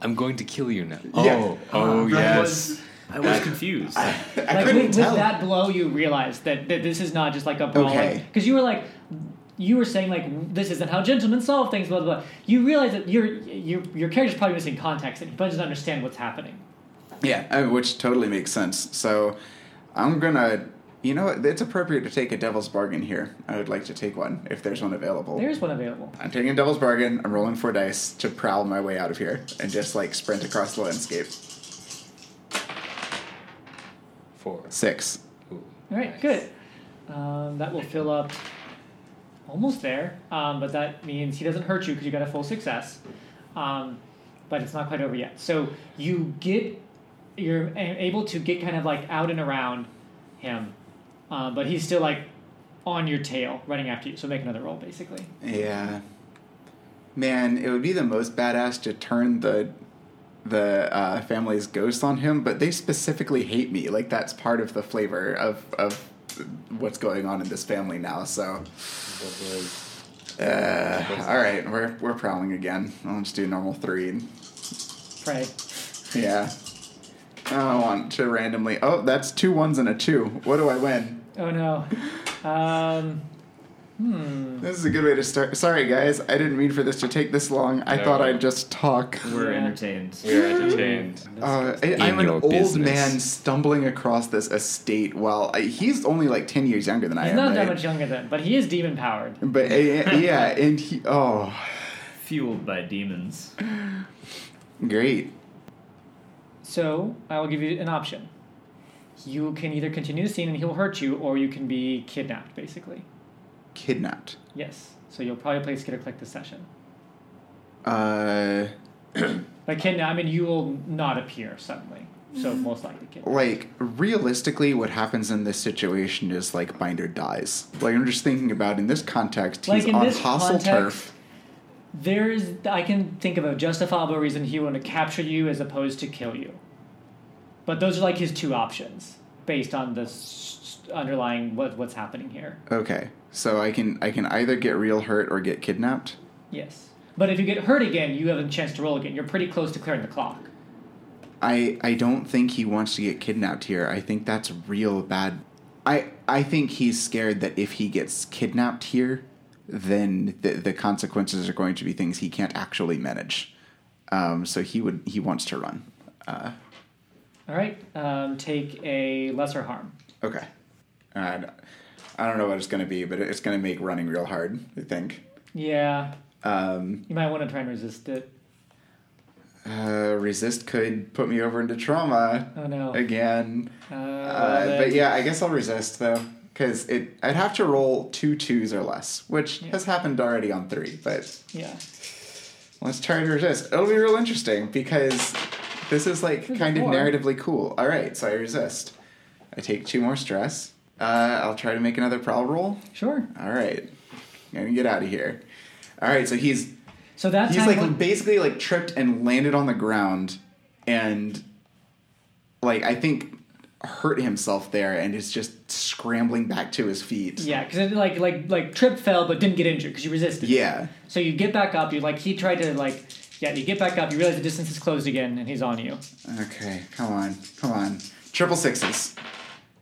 Speaker 5: I'm going to kill you now."
Speaker 3: Yeah.
Speaker 5: Oh, oh
Speaker 2: I
Speaker 5: yes.
Speaker 2: was, I was confused.
Speaker 3: I
Speaker 1: like,
Speaker 3: couldn't
Speaker 1: with,
Speaker 3: tell.
Speaker 1: with that blow, you realize that, that this is not just like a brawl.
Speaker 3: Okay.
Speaker 1: Because you were like, you were saying like, this isn't how gentlemen solve things. Blah blah. blah. You realize that your your your character's probably missing context and he probably doesn't understand what's happening.
Speaker 3: Yeah, uh, which totally makes sense. So I'm gonna, you know, what, it's appropriate to take a devil's bargain here. I would like to take one if there's one available.
Speaker 1: There's one available.
Speaker 3: I'm taking a devil's bargain. I'm rolling four dice to prowl my way out of here and just like sprint across the landscape.
Speaker 5: Four.
Speaker 3: Six.
Speaker 5: Ooh,
Speaker 1: All right,
Speaker 5: nice.
Speaker 1: good. Um, that will fill up almost there, um, but that means he doesn't hurt you because you got a full success. Um, but it's not quite over yet. So you get, you're a- able to get kind of like out and around him, um, but he's still like on your tail running after you. So make another roll, basically.
Speaker 3: Yeah. Man, it would be the most badass to turn the the uh, family's ghost on him, but they specifically hate me. Like that's part of the flavor of of what's going on in this family now. So,
Speaker 5: What was-
Speaker 3: uh, all right, we're we're prowling again. I'll just do normal three. And,
Speaker 1: Pray.
Speaker 3: yeah. I don't want to randomly. Oh, that's two ones and a two. What do I win?
Speaker 1: Oh no. Um,
Speaker 3: This is a good way to start. Sorry, guys, I didn't mean for this to take this long. I
Speaker 5: No.
Speaker 3: thought I'd just talk.
Speaker 2: We're
Speaker 1: Yeah.
Speaker 2: entertained.
Speaker 5: We are entertained.
Speaker 3: Uh, I, I'm an
Speaker 5: your
Speaker 3: old
Speaker 5: business.
Speaker 3: man stumbling across this estate. While I, he's only like ten years younger than I
Speaker 1: He's
Speaker 3: am,
Speaker 1: not that
Speaker 3: right?
Speaker 1: much younger then, but he is demon powered.
Speaker 3: But uh, yeah, and he oh,
Speaker 2: Fueled by demons.
Speaker 3: great.
Speaker 1: So I will give you an option. You can either continue the scene and he'll hurt you, or you can be kidnapped, basically.
Speaker 3: Kidnapped.
Speaker 1: Yes. So you'll probably play Skitter Click this session.
Speaker 3: Uh,
Speaker 1: By kidnap, I mean you will not appear suddenly. So most likely kidnapped.
Speaker 3: like realistically, what happens in this situation is like Binder dies. Like I'm just thinking about in this context, he's
Speaker 1: Like, in
Speaker 3: on
Speaker 1: this
Speaker 3: hostile
Speaker 1: context-
Speaker 3: turf.
Speaker 1: There is, I can think of a justifiable reason he would want to capture you as opposed to kill you. But those are like his two options based on the s- s- underlying what, what's happening here.
Speaker 3: Okay, so I can I can either get real hurt or get kidnapped.
Speaker 1: Yes. But if you get hurt again, you have a chance to roll again. You're pretty close to clearing the clock.
Speaker 3: I I don't think he wants to get kidnapped here. I think that's real bad. I I think he's scared that if he gets kidnapped here, then the the consequences are going to be things he can't actually manage. Um, so he would he wants to run.
Speaker 1: All right. Um, take a lesser harm.
Speaker 3: Okay. And I don't know what it's going to be, but it's going to make running real hard. I think.
Speaker 1: Yeah.
Speaker 3: Um,
Speaker 1: You might want to try and resist it.
Speaker 3: uh, resist could put me over into trauma
Speaker 1: Oh no.
Speaker 3: again.
Speaker 1: Uh,
Speaker 3: Uh, but
Speaker 1: that-
Speaker 3: yeah, I guess I'll resist though, because it I'd have to roll two twos or less, which has happened already on three. But
Speaker 1: Yeah.
Speaker 3: let's try to resist. It'll be real interesting because this is like kind of
Speaker 1: four.
Speaker 3: narratively cool. All right, so I resist. I take two more stress. Uh, I'll try to make another prowl roll.
Speaker 1: Sure.
Speaker 3: All right, I'm gonna get out of here. All right, so he's
Speaker 1: So that
Speaker 3: he's
Speaker 1: time.
Speaker 3: like
Speaker 1: one-
Speaker 3: basically like tripped and landed on the ground and like i think hurt himself there and is just scrambling back to his feet
Speaker 1: yeah, because like like like trip fell but didn't get injured because you resisted.
Speaker 3: yeah
Speaker 1: So you get back up. You like he tried to like yeah. You get back up. You realize the distance is closed again, and he's on you.
Speaker 3: okay come on come on triple sixes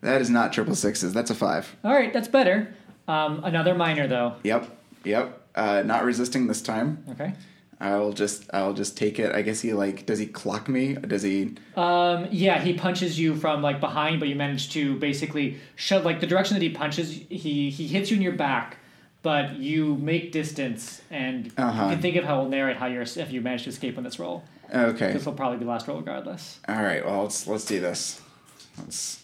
Speaker 3: that is not triple sixes that's a five
Speaker 1: All right, that's better. Um, another minor though.
Speaker 3: yep yep uh, not resisting this time
Speaker 1: Okay.
Speaker 3: i'll just i'll just take it i guess he like does he clock me does he
Speaker 1: Um, yeah, he punches you from like behind, but you manage to basically shove like the direction that he punches. He he hits you in your back, but you make distance, and
Speaker 3: Uh-huh.
Speaker 1: you can think of how we'll narrate how you're if you manage to escape on this roll.
Speaker 3: okay
Speaker 1: This will probably be the last roll regardless.
Speaker 3: All right, well let's let's do this. Let's.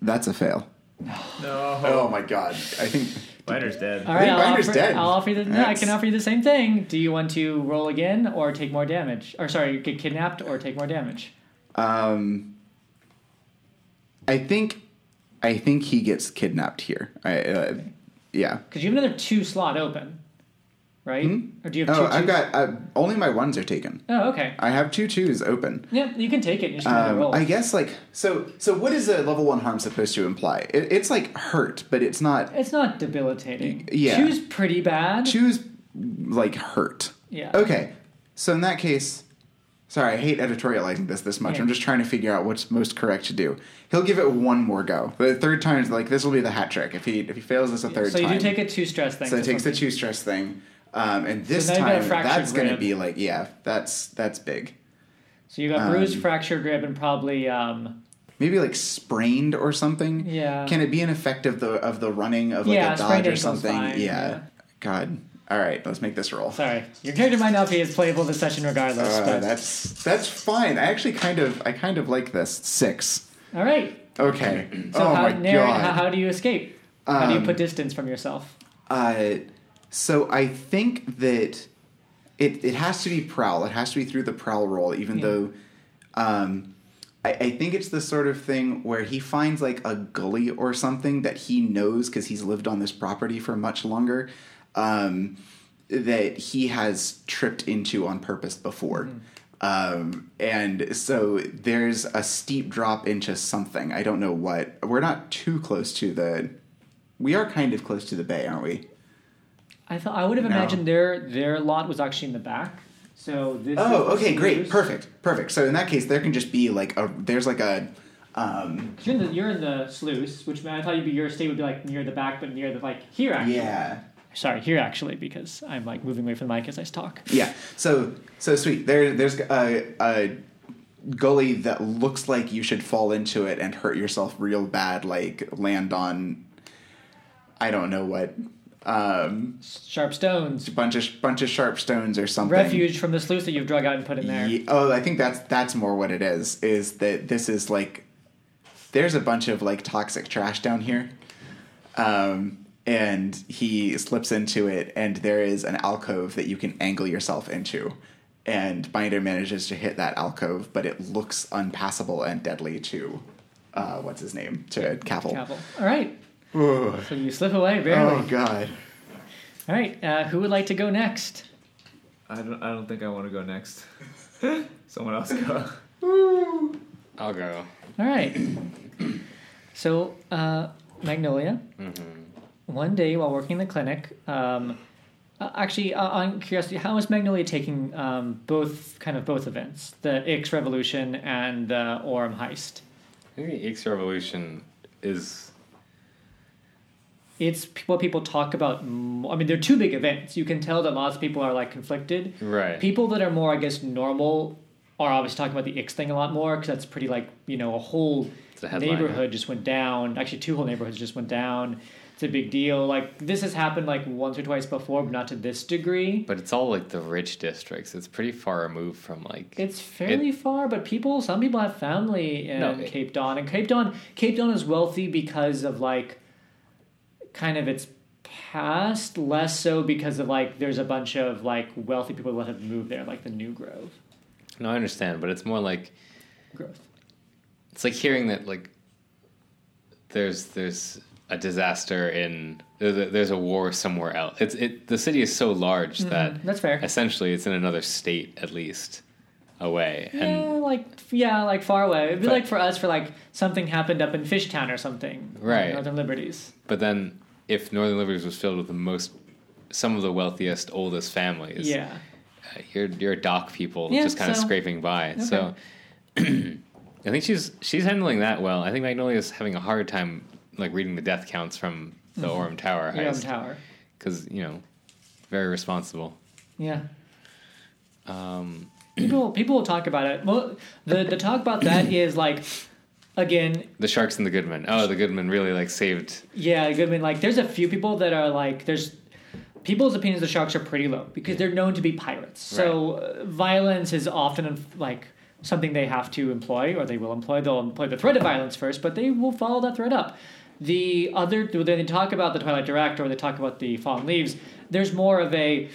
Speaker 3: That's a fail.
Speaker 2: No.
Speaker 3: Oh my god! I think
Speaker 2: Spider's dead.
Speaker 1: All right,
Speaker 3: think
Speaker 1: I'll
Speaker 3: Binder's
Speaker 1: offer,
Speaker 3: dead.
Speaker 1: I'll offer you the, no, I
Speaker 3: That's-
Speaker 1: can offer you the same thing. Do you want to roll again or take more damage? Or sorry, get kidnapped or take more damage?
Speaker 3: um, I think, I think he gets kidnapped here. I, uh, yeah.
Speaker 1: Because you have another two slot open, right? Or do you have two?
Speaker 3: Oh,
Speaker 1: twos?
Speaker 3: I've got uh, only my ones are taken.
Speaker 1: Oh, okay.
Speaker 3: I have two twos open.
Speaker 1: Yeah, you can take it. You just have to
Speaker 3: Um,
Speaker 1: roll.
Speaker 3: I guess like so. So what is a level one harm supposed to imply? It, it's like hurt, but it's not.
Speaker 1: It's not debilitating.
Speaker 3: yeah.
Speaker 1: Two's pretty bad.
Speaker 3: Choose like hurt.
Speaker 1: yeah.
Speaker 3: Okay. So in that case, sorry, I hate editorializing this this much.
Speaker 1: Yeah.
Speaker 3: I'm just trying to figure out what's most correct to do. He'll give it one more go. The third time is like this will be the hat trick. If he if he fails this a third
Speaker 1: So
Speaker 3: time,
Speaker 1: you do take a two stress thing.
Speaker 3: so it takes the
Speaker 1: something.
Speaker 3: two stress thing. Um, and this
Speaker 1: now you've got a
Speaker 3: time
Speaker 1: fractured
Speaker 3: that's going to
Speaker 1: rib.
Speaker 3: be like yeah, that's that's big.
Speaker 1: So you got
Speaker 3: Um,
Speaker 1: bruised, fractured rib, and probably um.
Speaker 3: Maybe like sprained or something.
Speaker 1: Yeah.
Speaker 3: Can it be an effect of the of the running of like
Speaker 1: Yeah,
Speaker 3: a
Speaker 1: sprained
Speaker 3: dodge or
Speaker 1: ankle's
Speaker 3: something?
Speaker 1: fine,
Speaker 3: yeah.
Speaker 1: yeah.
Speaker 3: God. All right, let's make this roll.
Speaker 1: Sorry, your character might not be as playable this session regardless.
Speaker 3: Uh,
Speaker 1: but
Speaker 3: that's that's fine. I actually kind of I kind of like this six.
Speaker 1: all right.
Speaker 3: Okay.
Speaker 1: So
Speaker 3: oh
Speaker 1: how,
Speaker 3: my
Speaker 1: narrate,
Speaker 3: god. Um,
Speaker 1: how how do you escape? how do you put distance from yourself?
Speaker 3: uh, so I think that it it has to be prowl. It has to be through the prowl roll, even though. Um, I, I think it's the sort of thing where he finds like a gully or something that he knows because he's lived on this property for much longer. Um, that he has tripped into on purpose before.
Speaker 1: Mm-hmm.
Speaker 3: Um, and so there's a steep drop into something. I don't know what. We're not too close to the. We are kind of close to the bay, aren't we?
Speaker 1: I thought I would have imagined their their lot was actually in the back. So this.
Speaker 3: Oh,
Speaker 1: is
Speaker 3: okay, great,
Speaker 1: bruised.
Speaker 3: perfect, perfect. So in that case, there can just be like a there's like a Um,
Speaker 1: 'Cause You're in the you're in the sluice, which I thought you'd be your estate would be like near the back, but near the like here actually.
Speaker 3: yeah.
Speaker 1: Sorry, here actually, because I'm like moving away from the mic as I talk.
Speaker 3: Yeah. So so sweet. There there's a, a gully that looks like you should fall into it and hurt yourself real bad, like land on I don't know what. Um,
Speaker 1: Sharp stones.
Speaker 3: bunch of bunch of sharp stones or something.
Speaker 1: Refuge from the sluice that you've drug out and put in there.
Speaker 3: Ye- oh, I think that's that's more what it is. Is that this is like there's a bunch of like toxic trash down here, um, and he slips into it, and there is an alcove that you can angle yourself into, and Binder manages to hit that alcove, but it looks unpassable and deadly to. Uh, what's his name? To Cavil.
Speaker 1: Cavil. All right.
Speaker 3: Ooh.
Speaker 1: So you slip away barely.
Speaker 3: Oh God.
Speaker 1: All right. Uh, who would like to go next?
Speaker 2: I don't. I don't think I want to go next. Someone else go.
Speaker 5: I'll go.
Speaker 1: All right. So, uh, Magnolia, one day while working in the clinic, um, uh, actually, uh, on curiosity, how is Magnolia taking um, both kind of both events, the Ix Revolution and the Orm heist?
Speaker 5: I think the Ix Revolution is
Speaker 1: It's p- what people talk about. More. I mean, they're two big events. You can tell that lots of people are like conflicted.
Speaker 5: right.
Speaker 1: People that are more, I guess, normal are obviously talking about the Ix thing a lot more because that's pretty like you know a whole
Speaker 5: It's a headline,
Speaker 1: neighborhood just went down. Actually, two whole neighborhoods just went down. It's a big deal. Like this has happened like once or twice before, but not to this degree.
Speaker 5: but it's all like the rich districts. It's pretty far removed from like.
Speaker 1: It's fairly far, but people, some people have family in
Speaker 5: No, it-
Speaker 1: Cape Town, and Cape Town, Cape Town is wealthy because of like, kind of its past, less so because of like there's a bunch of like wealthy people that have moved there, like the New Grove,
Speaker 5: no, I understand, but it's more like
Speaker 1: growth.
Speaker 5: it's like hearing that like there's there's a disaster in there's a, there's a war somewhere else. It's it the city is so large
Speaker 3: Mm-hmm.
Speaker 5: that
Speaker 1: That's fair.
Speaker 5: essentially it's in another state at least away
Speaker 1: Yeah,
Speaker 5: and
Speaker 1: like yeah, like far away. It'd be
Speaker 5: But-
Speaker 1: like for us, for like something happened up in Fishtown or something,
Speaker 5: Right.
Speaker 1: Northern Liberties.
Speaker 5: but then if northern liberties was filled with the most some of the wealthiest oldest families
Speaker 1: yeah,
Speaker 5: uh, you're you're dock people
Speaker 1: Yeah,
Speaker 5: just kind
Speaker 1: so-
Speaker 5: of scraping by so i think she's she's handling that well i think magnolia's having a hard time like reading the death counts from the orem tower
Speaker 1: Yellow
Speaker 5: heist
Speaker 1: Mm-hmm. Tower.
Speaker 5: because you know very responsible
Speaker 1: Yeah.
Speaker 5: um
Speaker 1: people people will talk about it. Well, the the talk about that is like, again,
Speaker 5: the sharks and the goodman oh the goodman really like saved
Speaker 1: yeah, Goodman. Like, there's a few people that are like, there's people's opinions of sharks are pretty low because they're known to be pirates. So uh, violence is often like something they have to employ or they will employ. They'll employ the threat of violence first, but they will follow that threat up. The other, when they talk about the Twilight Direct or they talk about the Fallen Leaves, there's more of a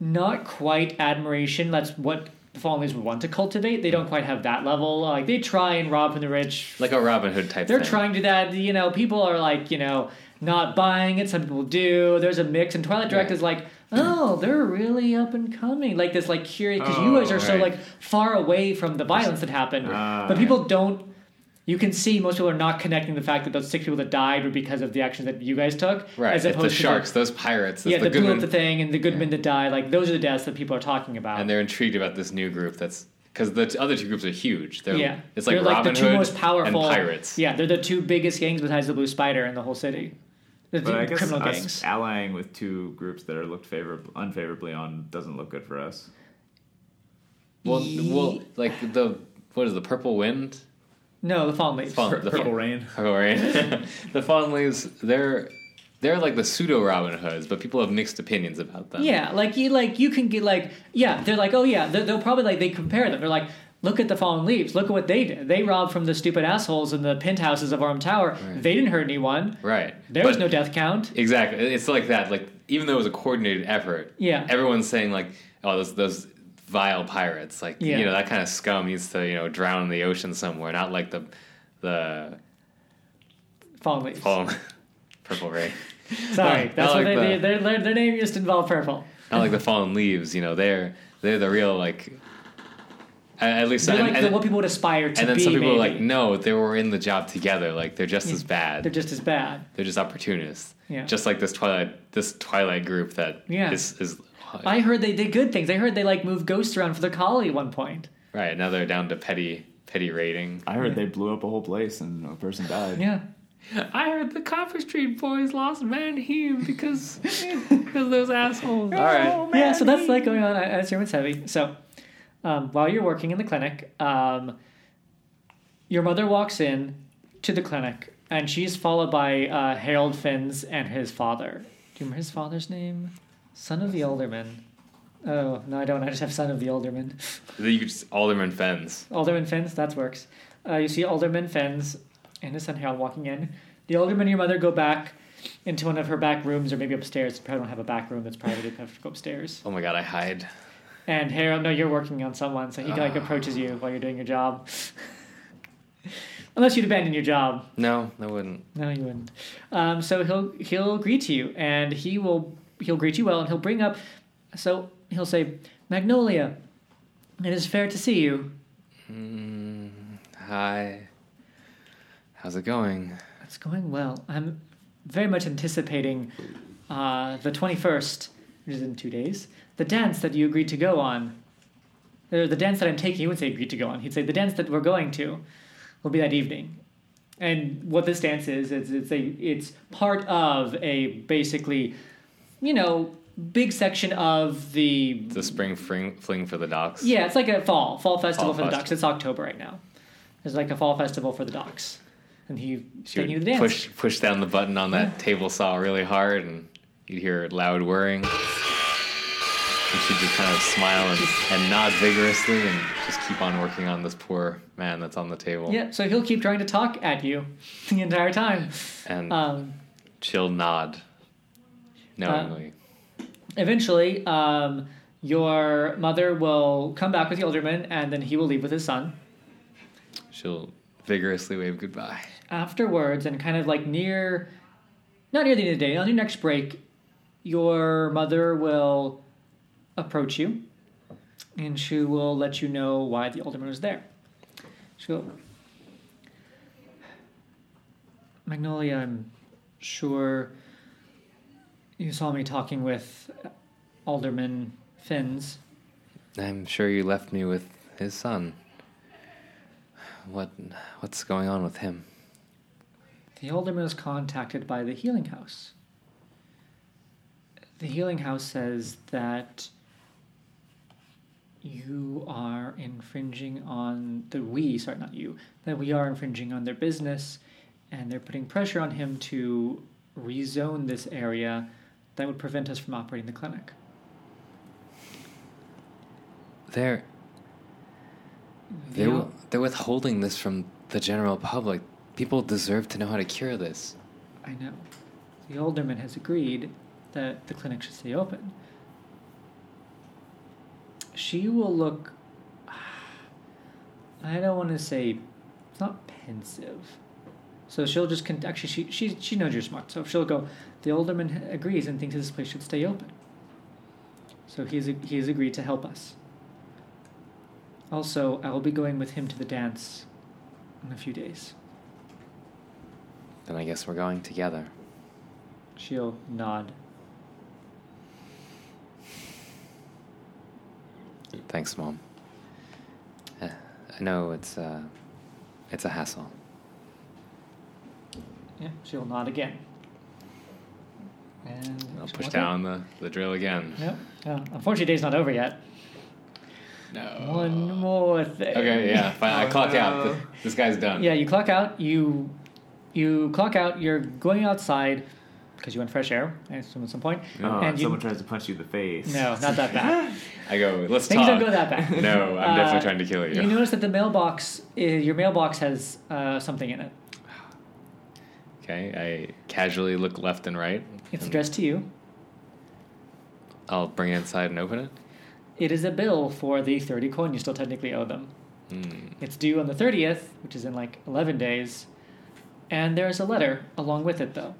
Speaker 1: not quite admiration. That's what the Fallen Leaves would want to cultivate. They don't quite have that level. Like they try and rob from the rich,
Speaker 5: like a robin hood type
Speaker 1: they're
Speaker 5: thing.
Speaker 1: trying to do that. You know, people are like, you know, not buying it. Some people do. There's a mix, and Twilight Direct
Speaker 5: Yeah.
Speaker 1: is like, oh, they're really up and coming. Like this, like curious because you guys are so
Speaker 5: Oh, right. Ah.
Speaker 1: like far away from the violence that happened, but people don't. You can see most people are not connecting the fact that those six people that died were because of the actions that you guys took,
Speaker 5: right
Speaker 1: As
Speaker 5: it's
Speaker 1: opposed
Speaker 5: the
Speaker 1: to
Speaker 5: sharks those pirates it's
Speaker 1: yeah,
Speaker 5: the
Speaker 1: that blew up
Speaker 5: goodman
Speaker 1: the thing and the Goodman that died. Like those are the deaths that people are talking about.
Speaker 5: and they're intrigued about this new group that's because the t- other two groups are huge. They're,
Speaker 1: yeah,
Speaker 5: it's like
Speaker 1: they're
Speaker 5: Robin
Speaker 1: like the two
Speaker 5: Hood
Speaker 1: most powerful
Speaker 5: and pirates.
Speaker 1: Yeah, they're the two biggest gangs besides the Blue Spider in the whole city. The
Speaker 2: But
Speaker 1: two
Speaker 2: I guess
Speaker 1: criminal
Speaker 2: us
Speaker 1: gangs.
Speaker 2: allying with two groups that are looked favorab- unfavorably on doesn't look good for us.
Speaker 5: Well, well, like the what is the Purple Wind?
Speaker 1: No, the Fallen Leaves.
Speaker 5: Fallen- the
Speaker 2: Purple rain.
Speaker 5: Purple Rain. the Fallen Leaves. They're they're like the pseudo Robin Hoods, but people have mixed opinions about them.
Speaker 1: Yeah, like you, like you can get like yeah, they're like oh yeah, they they'll probably like they compare them. They're like look at the Fallen Leaves, look at what they did. They robbed from the stupid assholes in the penthouses of Arm Tower. They didn't hurt anyone.
Speaker 5: right.
Speaker 1: There
Speaker 5: But-
Speaker 1: was no death count.
Speaker 5: Exactly. It's like that. Like even though it was a coordinated effort,
Speaker 1: Yeah.
Speaker 5: everyone's saying like, oh, those those vile pirates. Like
Speaker 1: Yeah.
Speaker 5: you know that kind of scum needs to you know drown in the ocean somewhere, not like the the
Speaker 1: Fallen Leaves.
Speaker 5: Fallen Purple Rain.
Speaker 1: Sorry,
Speaker 5: I
Speaker 1: that's what
Speaker 5: like
Speaker 1: they,
Speaker 5: that.
Speaker 1: their their their name just involved purple.
Speaker 5: not like the fallen leaves. You know, they're they're the real like. At at least,
Speaker 1: They're
Speaker 5: and,
Speaker 1: like
Speaker 5: and,
Speaker 1: the, what people would aspire to
Speaker 5: and then
Speaker 1: be.
Speaker 5: some people are
Speaker 1: maybe.
Speaker 5: like, no, they were in the job together. Like they're just as bad.
Speaker 1: they're just as bad.
Speaker 5: They're just opportunists.
Speaker 1: Yeah.
Speaker 5: Just like this Twilight, this Twilight group that
Speaker 1: Yeah.
Speaker 5: is is
Speaker 1: I heard they did good things. I heard they like moved ghosts around for the collie at one point.
Speaker 5: right now they're down to petty petty raiding.
Speaker 2: I heard they blew up a whole place and a person died.
Speaker 1: Yeah.
Speaker 6: I heard the Copper Street boys lost Van Hume because because those assholes.
Speaker 5: All right.
Speaker 1: Yeah, so that's like going on as German's heavy. So um, while you're working in the clinic, um, your mother walks in to the clinic and she's followed by uh, Harold Finns and his father. Do you remember his father's name? Son of the Alderman. Oh, no, I don't. I just have Son of the Alderman.
Speaker 5: You could just Alderman Fens.
Speaker 1: Alderman Fens, that works. Uh, you see Alderman Fens and his son Harold walking in. The Alderman and your mother go back into one of her back rooms or maybe upstairs. Probably don't have a back room that's private. You have to go upstairs.
Speaker 5: Oh my god, I hide.
Speaker 1: And Harold, no, you're working on someone, so he like approaches you while you're doing your job. Unless you'd abandon your job,
Speaker 5: No, I wouldn't.
Speaker 1: no, you wouldn't. Um, so he'll he'll greet you, and he will he'll greet you well, and he'll bring up. So he'll say, "Magnolia, it is fair to see you."
Speaker 5: Hi. How's it going?
Speaker 1: It's going well. I'm very much anticipating uh, the 21st, which is in two days, the dance that you agreed to go on. Or the dance that I'm taking, he wouldn't say agreed to go on. He'd say the dance that we're going to will be that evening. And what this dance is, is it's a it's part of a basically, you know, big section of the
Speaker 5: The spring fling, fling for the docks.
Speaker 1: yeah, it's like a fall fall festival
Speaker 5: Fall
Speaker 1: for the
Speaker 5: fest-
Speaker 1: docks. It's October right now. There's like a fall festival for the docks, and he
Speaker 5: She
Speaker 1: taking you to the
Speaker 5: would
Speaker 1: dance.
Speaker 5: push push down the button on that table saw really hard, and you'd hear loud whirring. And she'd just kind of smile and, and nod vigorously, and just keep on working on this poor man that's on the table.
Speaker 1: Yeah, so he'll keep trying to talk at you the entire time.
Speaker 5: And
Speaker 1: Um,
Speaker 5: she'll nod knowingly.
Speaker 1: eventually, um, your mother will come back with the alderman, and then he will leave with his son.
Speaker 5: she'll vigorously wave goodbye.
Speaker 1: Afterwards, and kind of like near, not near the end of the day, on your next break, your mother will approach you, and she will let you know why the alderman was there. She'll, Magnolia, I'm sure you saw me talking with Alderman Finns.
Speaker 5: I'm sure you left me with his son. What what's going on with him?
Speaker 1: The alderman is contacted by the healing house. The healing house says that you are infringing on the we, sorry, not you, that we are infringing on their business and they're putting pressure on him to rezone this area that would prevent us from operating the clinic.
Speaker 5: They're they're,
Speaker 1: Yeah.
Speaker 5: they're withholding this from the general public. People deserve to know how to cure this.
Speaker 1: I know. The alderman has agreed that the clinic should stay open. She will look. I don't want to say. It's not pensive. So she'll just. Con- actually, she, she, she knows you're smart. So she'll go, the alderman agrees and thinks this place should stay open. So he's, he's agreed to help us. Also, I will be going with him to the dance in a few days.
Speaker 5: Then I guess we're going together.
Speaker 1: She'll nod
Speaker 5: Thanks, mom. Eh, I know it's uh, it's a hassle.
Speaker 1: Yeah, she'll nod again. And
Speaker 5: I'll
Speaker 1: she'll
Speaker 5: push
Speaker 1: walk
Speaker 5: down the, the drill again.
Speaker 1: out. Yep. Yeah. Unfortunately, day's not over yet.
Speaker 5: No.
Speaker 1: One more thing.
Speaker 5: Okay, yeah. Fine. I clock out.
Speaker 2: no.
Speaker 5: This, this guy's done.
Speaker 1: Yeah, you clock out. You you clock out. You're going outside because you want fresh air. I assume at some point.
Speaker 2: Oh,
Speaker 1: and you,
Speaker 2: someone tries to punch you in the face.
Speaker 1: no, not that bad.
Speaker 5: I go. Let's
Speaker 1: Things
Speaker 5: talk.
Speaker 1: don't go that bad.
Speaker 5: No, I'm
Speaker 1: Uh,
Speaker 5: definitely trying to kill you.
Speaker 1: You notice that the mailbox, uh, your mailbox has uh, something in it.
Speaker 5: okay, I casually look left and right.
Speaker 1: It's
Speaker 5: and
Speaker 1: addressed to you.
Speaker 5: I'll bring it inside and open it.
Speaker 1: It is a bill for the 30 coin you still technically owe them.
Speaker 5: Hmm,
Speaker 1: It's due on the 30th, which is in like 11 days. And there is a letter along with it, though.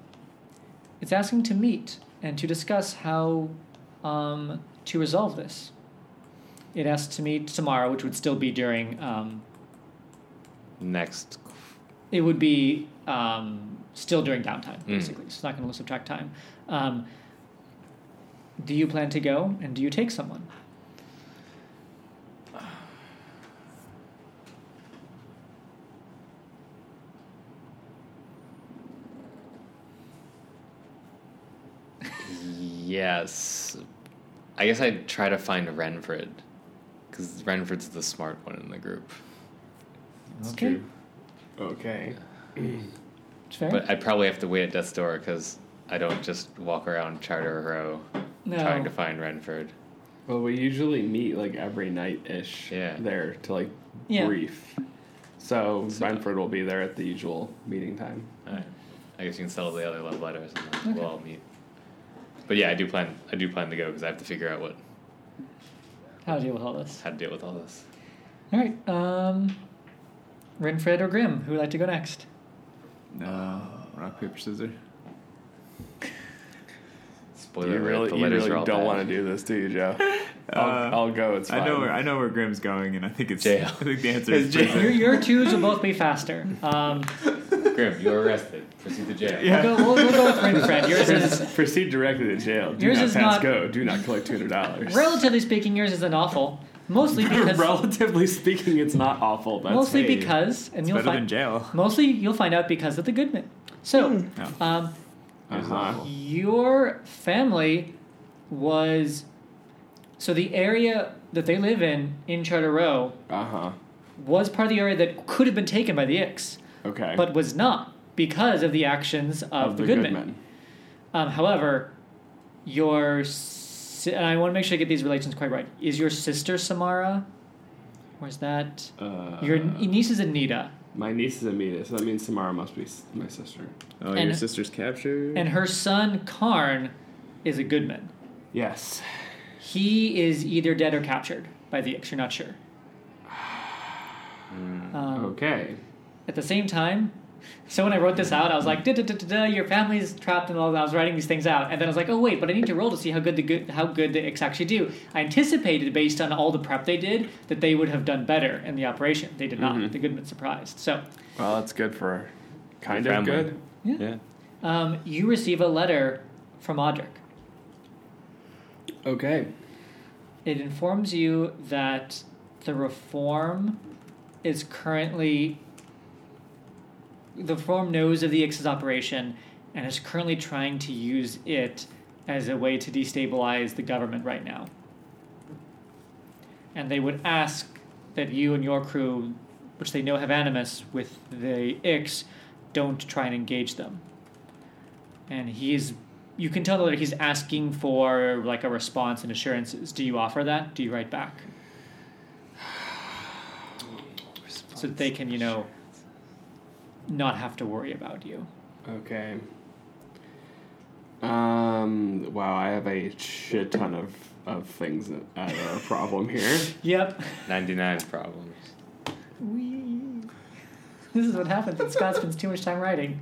Speaker 1: It's asking to meet and to discuss how um, to resolve this. It asks to meet tomorrow, which would still be during. Um,
Speaker 5: Next.
Speaker 1: it would be um, still during downtime,
Speaker 5: Hmm.
Speaker 1: basically. So it's not going to subtract time. Um, do you plan to go, and do you take someone?
Speaker 5: Yes. I guess I'd try to find Renfred. Because Renfred's the smart one in the group.
Speaker 4: It's true. Okay.
Speaker 1: It's fair.
Speaker 5: But I'd probably have to wait at Death's Door because I don't just walk around Charter Row
Speaker 1: no.
Speaker 5: trying to find Renfred.
Speaker 4: Well, we usually meet like every night ish
Speaker 5: Yeah.
Speaker 4: there to like
Speaker 1: Yeah.
Speaker 4: brief. So, Renford will be there at the usual meeting time.
Speaker 5: Alright. I guess you can settle the other love letters and then we'll all meet. But yeah, I do plan. I do plan to go because I have to figure out what
Speaker 1: How to deal with all this.
Speaker 5: how to deal with all this.
Speaker 1: All right. Um, Renfred or Grim, who would like to go next?
Speaker 2: No. Rock, paper, scissors.
Speaker 4: you
Speaker 5: Spoiler alert,
Speaker 4: really,
Speaker 5: the
Speaker 4: you
Speaker 5: letters
Speaker 4: really
Speaker 5: are all
Speaker 4: don't
Speaker 5: bad.
Speaker 4: want to do this, do you, Joe? I'll,
Speaker 2: Uh,
Speaker 4: I'll go. It's fine.
Speaker 2: I know where I know where Grimm's going, and I think it's
Speaker 5: Jail.
Speaker 2: I think the answer
Speaker 4: It's
Speaker 2: is prison.
Speaker 1: Your, your twos will both be faster. Um,
Speaker 5: Grim, you're arrested. Proceed to jail.
Speaker 2: Yeah.
Speaker 1: we'll, go, we'll, we'll go with Renfred. Yours is
Speaker 4: Proceed- Proceed directly to jail. Do
Speaker 1: Yours
Speaker 4: not
Speaker 1: is
Speaker 4: pass
Speaker 1: not-
Speaker 4: go. Do not collect two hundred dollars.
Speaker 1: relatively speaking, yours is an awful. Mostly because
Speaker 4: Relatively speaking, it's not awful. That's
Speaker 1: mostly
Speaker 4: me.
Speaker 1: because and you'll
Speaker 2: Better than
Speaker 1: find
Speaker 2: jail.
Speaker 1: mostly you'll find out because of the Goodman. So,
Speaker 2: No.
Speaker 1: um,
Speaker 4: Uh-huh.
Speaker 1: your family was so the area that they live in in Charter Row
Speaker 4: Uh huh.
Speaker 1: was part of the area that could have been taken by the Ix,
Speaker 4: Okay.
Speaker 1: but uh, was not because of the actions of, the, Goodman. Um, however, your si- and I want to make sure I get these relations quite right. Is your sister Samara? Where's that?
Speaker 4: Uh,
Speaker 1: your niece is Anita,
Speaker 4: my niece is Amita, so that means Samara must be s- my sister.
Speaker 2: Oh,
Speaker 1: And-
Speaker 2: your sister's captured.
Speaker 1: and her son Karn is a Goodman.
Speaker 4: Yes.
Speaker 1: He is either dead or captured by the Ix. You're not sure. Um,
Speaker 4: Okay.
Speaker 1: At the same time, so when I wrote this out, I was like, "Duh, duh, duh, duh, duh, "Your family's trapped," and all. that. I was writing these things out, and then I was like, "Oh wait, but I need to roll to see how good the good how good the Ix actually do." I anticipated based on all the prep they did that they would have done better in the operation. They did not. The Goodman surprised. So
Speaker 4: Well, that's good for kind
Speaker 5: Your
Speaker 4: of
Speaker 5: family.
Speaker 4: good.
Speaker 5: Yeah.
Speaker 1: um, you receive a letter from Audric.
Speaker 4: Okay.
Speaker 1: It informs you that the reform is currently. The reform knows of the Ix's operation and is currently trying to use it as a way to destabilize the government right now. And they would ask that you and your crew, which they know have animus with the Ix, don't try and engage them. And he's you can tell that he's asking for like a response and assurances. Do you offer that? Do you write back? So that they can, you know, not have to worry about you.
Speaker 4: Okay. Um. Wow. I have a shit ton of of things that I have a problem here.
Speaker 1: Yep.
Speaker 5: 99 problems.
Speaker 1: This is what happens when Scott spends too much time writing.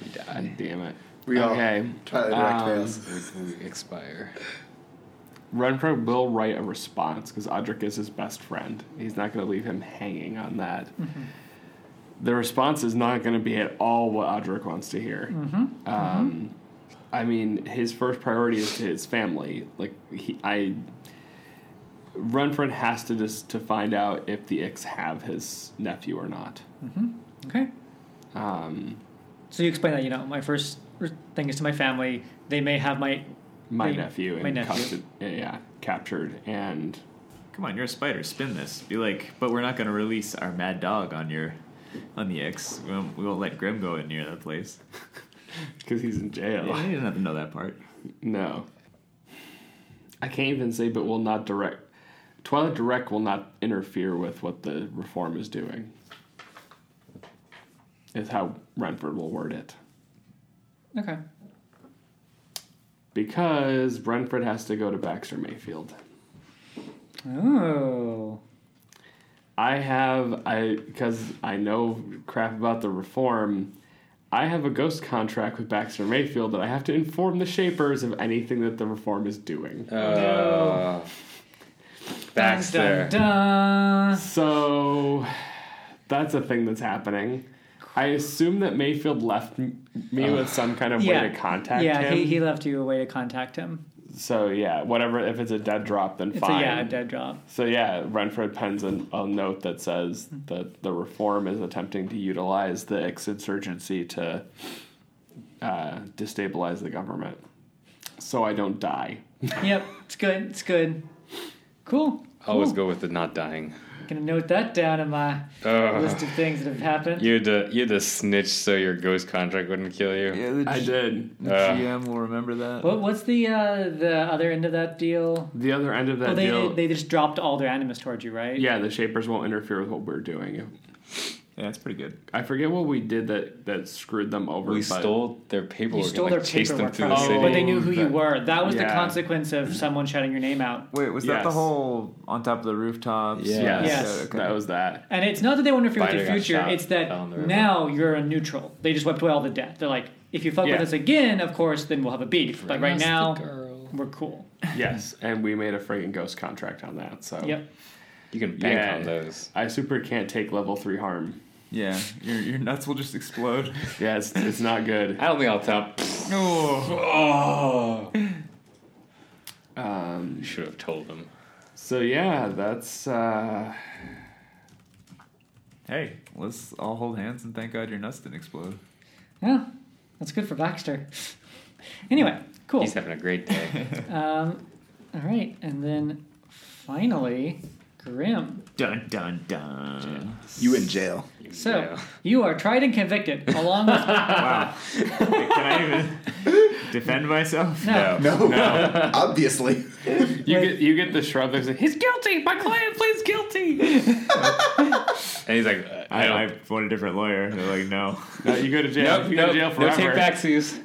Speaker 5: We
Speaker 4: God
Speaker 5: die.
Speaker 4: damn it.
Speaker 3: We all
Speaker 4: okay.
Speaker 3: try to direct
Speaker 4: Um,
Speaker 3: fails.
Speaker 5: We, we expire.
Speaker 4: Renfro will write a response because Audric is his best friend. He's not going to leave him hanging on that. The response is not going to be at all what Audric wants to hear. Um, I mean, his first priority is to his family. Like, he, I. Renfred has to just to find out if the Ix have his nephew or not.
Speaker 1: Okay.
Speaker 4: Um,
Speaker 1: So you explain that, you know, my first re- thing is to my family. They may have my.
Speaker 4: my
Speaker 1: They-
Speaker 4: nephew
Speaker 1: my
Speaker 4: and
Speaker 1: nephew.
Speaker 4: yeah, captured and
Speaker 2: Come on, you're a spider. Spin this. Be like, but we're not going to release our mad dog on your, on the X. We won't, we won't let Grim go in near that place.
Speaker 4: because he's in jail.
Speaker 2: I didn't have to know that part.
Speaker 4: No. I can't even say, but will not direct. Twilight Direct will not interfere with what the reform is doing. Is how Renford will word it.
Speaker 1: Okay.
Speaker 4: Because Renford has to go to Baxter Mayfield.
Speaker 1: Oh.
Speaker 4: I have I because I know crap about the reform. I have a ghost contract with Baxter Mayfield that I have to inform the Shapers of anything that the reform is doing.
Speaker 5: Uh, Baxter.
Speaker 1: Dun, dun.
Speaker 4: So that's a thing that's happening. I assume that Mayfield left m- me with some kind of way
Speaker 1: Yeah.
Speaker 4: to contact
Speaker 1: Yeah,
Speaker 4: him.
Speaker 1: he, he left you a way to contact him.
Speaker 4: So yeah, whatever. If it's a dead drop, then
Speaker 1: It's
Speaker 4: fine.
Speaker 1: a yeah, a dead job.
Speaker 4: So yeah, Renfred pens a, a note that says that the reform is attempting to utilize the ex-insurgency to uh, destabilize the government. so I don't die.
Speaker 1: Yep, it's good. It's good. Cool.
Speaker 5: Always
Speaker 1: cool.
Speaker 5: go with the not dying.
Speaker 1: Gonna note that down in my
Speaker 5: Ugh.
Speaker 1: list of things that have happened.
Speaker 5: You had to you had to snitch so your ghost contract wouldn't kill you.
Speaker 2: Yeah, the,
Speaker 4: I
Speaker 2: G-
Speaker 4: did.
Speaker 2: the
Speaker 5: Uh.
Speaker 2: GM will remember that.
Speaker 1: What, what's the uh, the other end of that deal?
Speaker 4: The other end of that
Speaker 1: Well, they
Speaker 4: deal.
Speaker 1: they just dropped all their animus towards you, right?
Speaker 4: yeah, the shapers won't interfere with what we're doing.
Speaker 2: Yeah, it's pretty good.
Speaker 4: I forget what we did that that screwed them over.
Speaker 5: We
Speaker 4: but
Speaker 5: stole their paperwork.
Speaker 1: You stole
Speaker 5: and,
Speaker 1: their
Speaker 5: like, chased them
Speaker 1: paperwork
Speaker 5: through
Speaker 1: from
Speaker 5: the
Speaker 1: you,
Speaker 5: city.
Speaker 1: but they knew who you
Speaker 2: That-
Speaker 1: were. That was the
Speaker 4: Yeah.
Speaker 1: consequence of someone shouting your name out.
Speaker 2: Wait, was that the
Speaker 4: Yes.
Speaker 2: whole on top of the rooftops?
Speaker 5: Yeah.
Speaker 4: Yes,
Speaker 1: Yes.
Speaker 2: Okay.
Speaker 4: that was that.
Speaker 1: And it's not that they won't interfere with your
Speaker 5: Fighter got
Speaker 1: future.
Speaker 5: shot,
Speaker 1: It's that
Speaker 5: fell in the river.
Speaker 1: now you're a neutral. They just wiped away all the debt. They're like, if you fuck
Speaker 4: Yeah.
Speaker 1: with us again, of course, then we'll have a beef. But right now,
Speaker 5: girl.
Speaker 1: we're cool.
Speaker 4: Yes, and we made a friggin' ghost contract on that. So
Speaker 5: Oh.
Speaker 1: Yep.
Speaker 5: You can bank
Speaker 4: Yeah.
Speaker 5: on those.
Speaker 4: I super can't take level three harm.
Speaker 2: Yeah, your, your nuts will just explode.
Speaker 4: Yeah, it's, it's not good.
Speaker 5: I don't think I'll tell.
Speaker 2: oh.
Speaker 5: Oh,
Speaker 4: Um,
Speaker 5: you should have told them.
Speaker 4: so yeah, that's uh,
Speaker 2: Hey, let's all hold hands and thank God your nuts didn't explode.
Speaker 1: Yeah, that's good for Baxter. anyway, cool.
Speaker 5: He's having a great day.
Speaker 1: Um, all right, and then finally, Grim.
Speaker 2: Dun dun dun.
Speaker 3: You in jail.
Speaker 1: So
Speaker 5: Yeah.
Speaker 1: you are tried and convicted, along with
Speaker 2: Wow. Wait, can I even defend myself?
Speaker 1: no,
Speaker 3: No, obviously.
Speaker 4: you get you get the shrug. That's like, he's guilty. My client pleads guilty.
Speaker 5: And he's like, uh, I
Speaker 2: I,
Speaker 5: don't.
Speaker 2: I want a different lawyer. They're like, no.
Speaker 4: No, you go to jail.
Speaker 5: Nope,
Speaker 4: you go
Speaker 5: nope,
Speaker 4: to jail
Speaker 5: no
Speaker 4: forever.
Speaker 5: take backsies.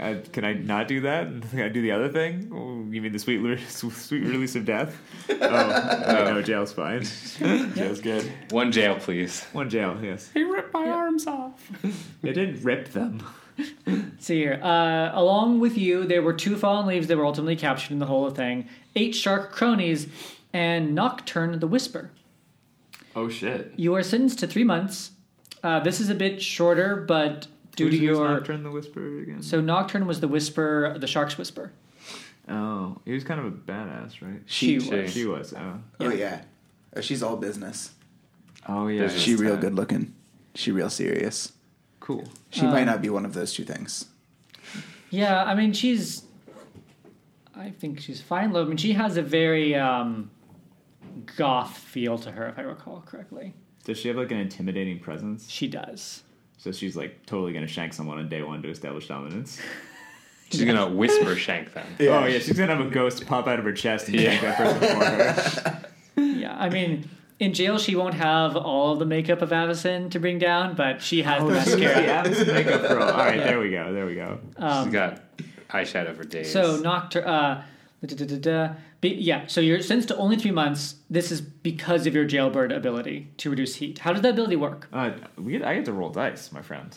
Speaker 2: Uh, can I not do that? Can I do the other thing? Oh, you mean the sweet, re- sweet release of death? Oh, okay, no, jail's fine.
Speaker 4: Jail's good.
Speaker 5: One jail, please.
Speaker 2: One jail, yes.
Speaker 4: He ripped my arms off.
Speaker 2: They didn't rip them.
Speaker 1: See here. Uh, along with you, there were two fallen leaves that were ultimately captured in the whole thing, eight shark cronies, and Nocturne the Whisper.
Speaker 4: Oh shit.
Speaker 1: You are sentenced to three months. Uh, this is a bit shorter, but due to
Speaker 2: Who's- who's
Speaker 1: your
Speaker 2: Nocturne the Whisperer again?
Speaker 1: so Nocturne was the whisper, the shark's whisper.
Speaker 2: oh, he was kind of a badass, right?
Speaker 1: She
Speaker 5: She-
Speaker 1: was.
Speaker 2: She was. Oh,
Speaker 3: Oh yeah. Oh, she's all business.
Speaker 2: oh yeah.
Speaker 5: Business.
Speaker 3: She real good looking. She real serious.
Speaker 2: Cool.
Speaker 3: She might not be one of those two things.
Speaker 1: Yeah, I mean she's. I think she's fine. Love. I mean she has a very um, goth feel to her, if I recall correctly.
Speaker 2: Does she have like an intimidating presence?
Speaker 1: She does.
Speaker 2: So she's like totally gonna shank someone on day one to establish dominance.
Speaker 5: She's gonna whisper shank them.
Speaker 2: Oh yeah, she's gonna have a ghost pop out of her chest and shank that person for her.
Speaker 1: Yeah, I mean. In jail, she won't have all of the makeup of Avison to bring down, but she has the
Speaker 2: She's
Speaker 1: mascara.
Speaker 2: the Adam's makeup girl. All right, there we go. There we go.
Speaker 5: She's got eyeshadow for days.
Speaker 1: So Nocturne, uh, da, da, da, da, be, yeah. So you're sentenced to only three months. This is because of your jailbird ability to reduce heat. How does that ability work?
Speaker 2: Uh, we get, I get to roll dice, my friend.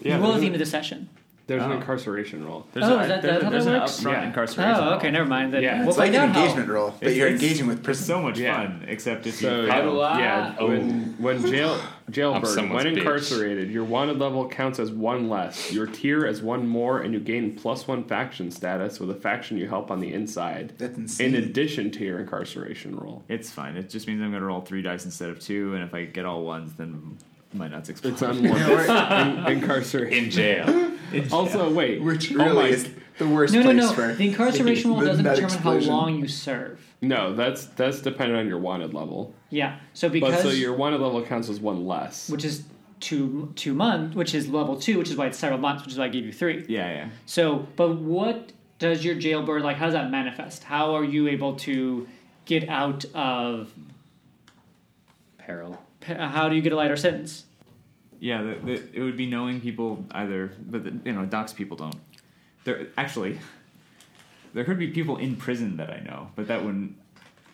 Speaker 4: Yeah,
Speaker 1: you roll at
Speaker 4: there's,
Speaker 1: the
Speaker 4: an,
Speaker 1: end of the session.
Speaker 4: there's an
Speaker 2: Oh.
Speaker 4: incarceration roll.
Speaker 2: There's
Speaker 1: Oh, is that-
Speaker 2: there's
Speaker 1: that how
Speaker 2: there's
Speaker 1: that
Speaker 2: an
Speaker 1: works?
Speaker 2: upfront
Speaker 4: Yeah.
Speaker 2: incarceration.
Speaker 1: Oh,
Speaker 2: roll.
Speaker 1: okay, never mind. Then
Speaker 4: Yeah.
Speaker 1: we'll
Speaker 3: It's like
Speaker 1: find
Speaker 3: an
Speaker 1: out how.
Speaker 3: engagement role, but
Speaker 2: It's-
Speaker 3: you're
Speaker 2: it's-
Speaker 3: engaging with
Speaker 2: It's
Speaker 3: prison.
Speaker 2: so much
Speaker 4: Yeah.
Speaker 2: fun, except if
Speaker 4: So-
Speaker 2: you
Speaker 5: how
Speaker 2: fail.
Speaker 5: do I?
Speaker 4: Yeah,
Speaker 5: Oh.
Speaker 4: when when jail
Speaker 5: I'm
Speaker 4: jailbird
Speaker 5: someone's
Speaker 4: when
Speaker 5: bitch.
Speaker 4: incarcerated, your wanted level counts as one less, your tier as one more, and you gain plus one faction status with a faction you help on the inside.
Speaker 3: That's
Speaker 4: in
Speaker 3: insane.
Speaker 4: addition to your incarceration roll.
Speaker 2: It's fine. It just means I'm gonna roll three dice instead of two, and if I get all ones, then my nuts explode.
Speaker 4: It's unwarranted in, incarceration.
Speaker 5: in jail.
Speaker 4: Also, wait,
Speaker 3: Which
Speaker 4: oh my-
Speaker 3: really is the worst
Speaker 1: No, no,
Speaker 3: place
Speaker 1: no.
Speaker 3: for
Speaker 1: The incarceration rule
Speaker 3: the
Speaker 1: doesn't
Speaker 3: nut
Speaker 1: determine
Speaker 3: explosion.
Speaker 1: how long you serve.
Speaker 4: no, that's that's dependent on your wanted level.
Speaker 1: Yeah. So
Speaker 4: But
Speaker 1: because
Speaker 4: so your wanted level counts as one less.
Speaker 1: which is two two months, which is level two, which is why it's several months, which is why I gave you three.
Speaker 2: yeah, yeah.
Speaker 1: So, but what does your jailbird like? How does that manifest? How are you able to get out of?
Speaker 5: Peril.
Speaker 1: How do you get a lighter sentence?
Speaker 2: Yeah, the, the, it would be knowing people either, but the, you know, docs people don't. There actually, there could be people in prison that I know, but that wouldn't.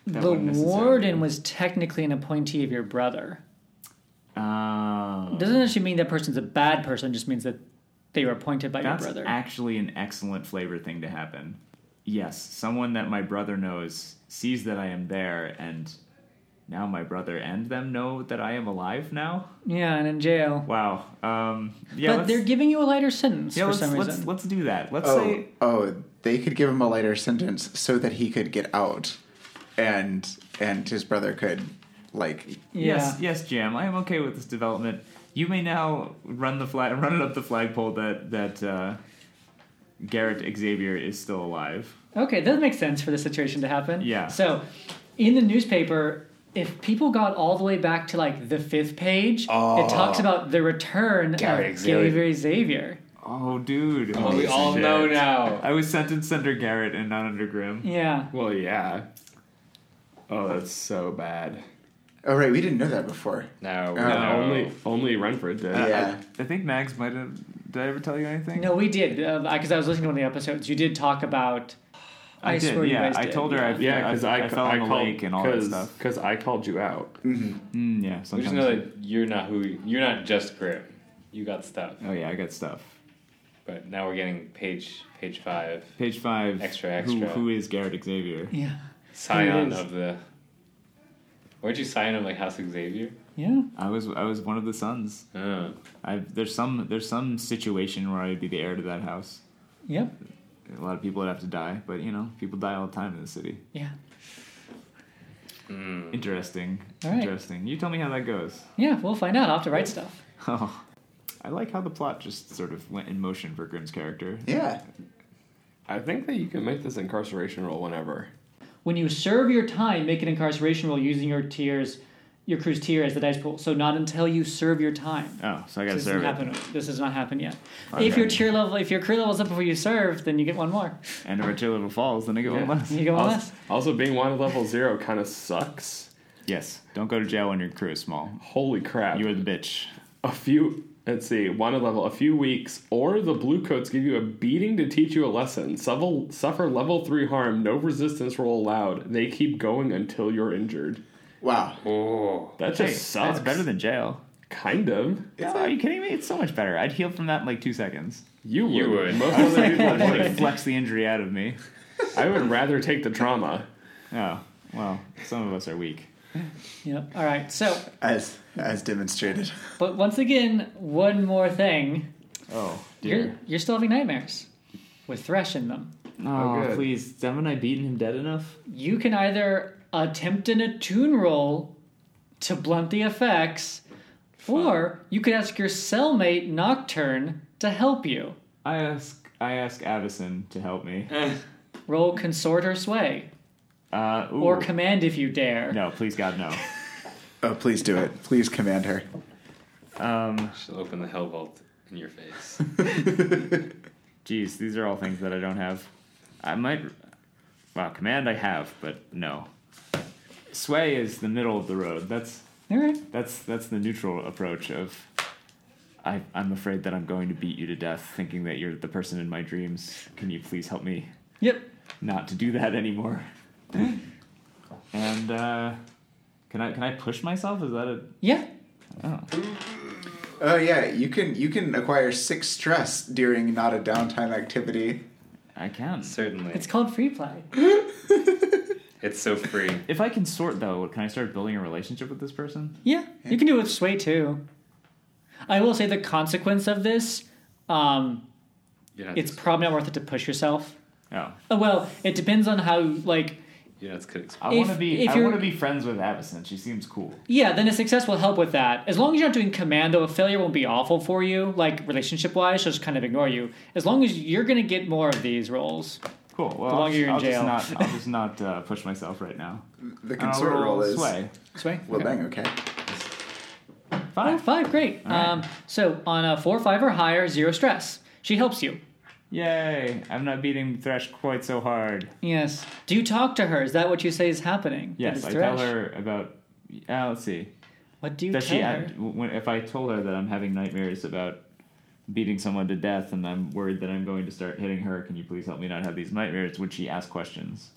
Speaker 2: That
Speaker 1: the
Speaker 2: wouldn't necessarily-
Speaker 1: warden was technically an appointee of your brother.
Speaker 2: Ah,
Speaker 1: Doesn't actually mean that person's a bad person. It just means that they were appointed by
Speaker 2: that's
Speaker 1: your brother.
Speaker 2: actually an excellent flavor thing to happen. Yes, someone that my brother knows sees that I am there, and now my brother and them know that I am alive. Now,
Speaker 1: yeah, and in jail.
Speaker 2: wow. Um, yeah,
Speaker 1: but
Speaker 2: let's,
Speaker 1: they're giving you a lighter sentence
Speaker 2: yeah,
Speaker 1: for
Speaker 2: let's,
Speaker 1: some
Speaker 2: let's,
Speaker 1: reason.
Speaker 2: let's do that. Let's
Speaker 3: Oh,
Speaker 2: say
Speaker 3: oh, they could give him a lighter sentence so that he could get out, and and his brother could like
Speaker 2: Yes, yes, Jam. I am okay with this development. You may now run the flag, run it up the flagpole that that uh, Garrett Xavier is still alive.
Speaker 1: Okay, that makes sense for the situation to happen.
Speaker 2: Yeah.
Speaker 1: So, in the newspaper, if people got all the way back to like the fifth page,
Speaker 2: Ah.
Speaker 1: it talks about the return
Speaker 5: Gary
Speaker 1: of
Speaker 5: Xavier.
Speaker 1: Gary Xavier.
Speaker 2: Oh, dude.
Speaker 5: Well, we all know now.
Speaker 2: I was sentenced under Garrett and not under Grimm.
Speaker 1: Yeah.
Speaker 4: Well, yeah. Oh, that's so bad.
Speaker 3: Oh right, we didn't know that before.
Speaker 5: No,
Speaker 3: Uh,
Speaker 5: no.
Speaker 4: Only only Renford did.
Speaker 2: Uh,
Speaker 3: yeah.
Speaker 2: I think Mags might have. Did I ever tell you anything?
Speaker 1: No, we did because I was listening to one of the episodes. You did talk about. I,
Speaker 2: I, did.
Speaker 1: swear
Speaker 2: yeah,
Speaker 1: you guys
Speaker 2: I
Speaker 1: did.
Speaker 2: told her I,
Speaker 4: Yeah, because I,
Speaker 2: I, fell
Speaker 4: I
Speaker 2: in the
Speaker 4: called,
Speaker 2: lake and all that
Speaker 4: cause-
Speaker 2: stuff.
Speaker 4: 'cause I called you out.
Speaker 2: Mm, yeah,
Speaker 5: We just
Speaker 2: sometimes.
Speaker 5: know that you're not who you're not just Grim. You got stuff.
Speaker 2: oh yeah, I got stuff.
Speaker 5: But now we're getting page page five.
Speaker 2: Page five.
Speaker 5: Extra,
Speaker 2: Who,
Speaker 5: extra.
Speaker 2: who is Garrett Xavier?
Speaker 1: Yeah.
Speaker 5: Scion
Speaker 4: is.
Speaker 5: of the. Weren't you scion of like House Xavier?
Speaker 1: Yeah.
Speaker 2: I was I was one of the sons.
Speaker 5: Oh.
Speaker 2: I there's some there's some situation where I'd be the heir to that house.
Speaker 1: Yep.
Speaker 2: A lot of people would have to die, but you know, people die all the time in the city.
Speaker 1: Yeah.
Speaker 4: Mm.
Speaker 2: Interesting.
Speaker 1: All right.
Speaker 2: Interesting. You tell me how that goes.
Speaker 1: Yeah. We'll find out. I'll have to write stuff.
Speaker 2: Oh. I like how the plot just sort of went in motion for Grimm's character.
Speaker 3: Yeah.
Speaker 4: I think that you can make this incarceration roll whenever.
Speaker 1: When you serve your time, make an incarceration roll using your tiers, your crew's tier as the dice pool. So not until you serve your time.
Speaker 2: Oh, so I gotta
Speaker 1: This
Speaker 2: serve
Speaker 1: doesn't
Speaker 2: it.
Speaker 1: happen. This has not happened yet. If
Speaker 2: Okay.
Speaker 1: your tier level, if your career level's up before you serve, then you get one more.
Speaker 2: And if our tier level falls, then I get
Speaker 4: Yeah.
Speaker 2: one less.
Speaker 1: You get one
Speaker 4: Also,
Speaker 1: less.
Speaker 4: also, being wanted level zero kind of sucks.
Speaker 2: Yes. Don't go to jail when your crew is small.
Speaker 4: Holy crap.
Speaker 2: You are the bitch.
Speaker 4: a few let's see wanted level a few weeks or the bluecoats give you a beating to teach you a lesson Suffer, suffer level 3 harm no resistance roll allowed they keep going until you're injured
Speaker 3: Wow.
Speaker 5: Oh.
Speaker 4: that just sucks
Speaker 2: That's better than jail.
Speaker 4: kind of
Speaker 2: It's- are you kidding me? It's so much better. I'd heal from that in like two seconds.
Speaker 4: you would,
Speaker 5: You would.
Speaker 4: most other people
Speaker 2: I'd like
Speaker 4: would
Speaker 2: flex the injury out of me.
Speaker 4: i would rather take the trauma
Speaker 2: Oh, well, some of us are weak.
Speaker 1: Yep. All right. So,
Speaker 3: As as demonstrated.
Speaker 1: but once again, one more thing.
Speaker 2: Oh,
Speaker 1: You're you're still having nightmares with thresh in them.
Speaker 2: Oh,
Speaker 4: good.
Speaker 2: please. Haven't I beaten him dead enough?
Speaker 1: You can either attempt an attune roll to blunt the effects, or you could ask your cellmate Nocturne to help you.
Speaker 2: I ask I ask Avison to help me.
Speaker 1: Roll consort or sway,
Speaker 2: Uh, ooh.
Speaker 1: or command if you dare.
Speaker 2: no, please God, no.
Speaker 3: Oh, please do it. Please command her.
Speaker 2: Um,
Speaker 5: She'll open the hell vault in your face.
Speaker 2: geez, these are all things that I don't have. I might. Wow, command I have, but no. Sway is the middle of the road. That's
Speaker 1: All right.
Speaker 2: that's that's the neutral approach of. I, I'm afraid that I'm going to beat you to death, thinking that you're the person in my dreams. Can you please help me
Speaker 1: Yep.
Speaker 2: not to do that anymore? and uh, can I can I push myself? Is that a
Speaker 1: Yeah.
Speaker 3: Oh yeah, you can you can acquire six stress during not a downtime activity.
Speaker 2: I can.
Speaker 5: Certainly.
Speaker 1: It's called free play.
Speaker 5: It's so free.
Speaker 2: If I can sort though, can I start building a relationship with this person?
Speaker 1: Yeah, you can do it with sway too. I will say the consequence of this, um,
Speaker 5: You're not,
Speaker 1: it's
Speaker 5: just-
Speaker 1: probably not worth it to push yourself.
Speaker 2: Oh,
Speaker 1: Uh, Well, it depends on how like
Speaker 5: you're not as good as-
Speaker 2: I
Speaker 1: If-
Speaker 2: want to be.
Speaker 1: if
Speaker 2: I
Speaker 1: you're-
Speaker 2: want to be friends with Avison. She seems cool.
Speaker 1: yeah. Then a success will help with that. As long as you're not doing commando, a failure won't be awful for you. Like relationship wise, she'll just kind of ignore you. As long as you're gonna get more of these roles.
Speaker 2: Cool. Well,
Speaker 1: The
Speaker 2: I'll,
Speaker 1: longer you're in
Speaker 2: I'll
Speaker 1: jail.
Speaker 2: just not. I'll just not uh, push myself right now.
Speaker 3: The
Speaker 2: And I'll
Speaker 3: consort roll is
Speaker 2: sway.
Speaker 1: Sway.
Speaker 3: well, bang. Okay.
Speaker 1: Oh,
Speaker 2: Fine.
Speaker 1: five, great.
Speaker 2: right.
Speaker 1: Um, so on a four, five, or higher, zero stress. She helps you.
Speaker 2: Yay! I'm not beating Thresh quite so hard.
Speaker 1: Yes. Do you talk to her? Is that what you say is happening? That
Speaker 2: Yes,
Speaker 1: it's
Speaker 2: I tell
Speaker 1: Thresh?
Speaker 2: her about. Uh, let's see.
Speaker 1: What do you
Speaker 2: Does
Speaker 1: tell
Speaker 2: she?
Speaker 1: her?
Speaker 2: Add, when, if I told her that I'm having nightmares about beating someone to death and I'm worried that I'm going to start hitting her, can you please help me not have these nightmares? Would she ask questions?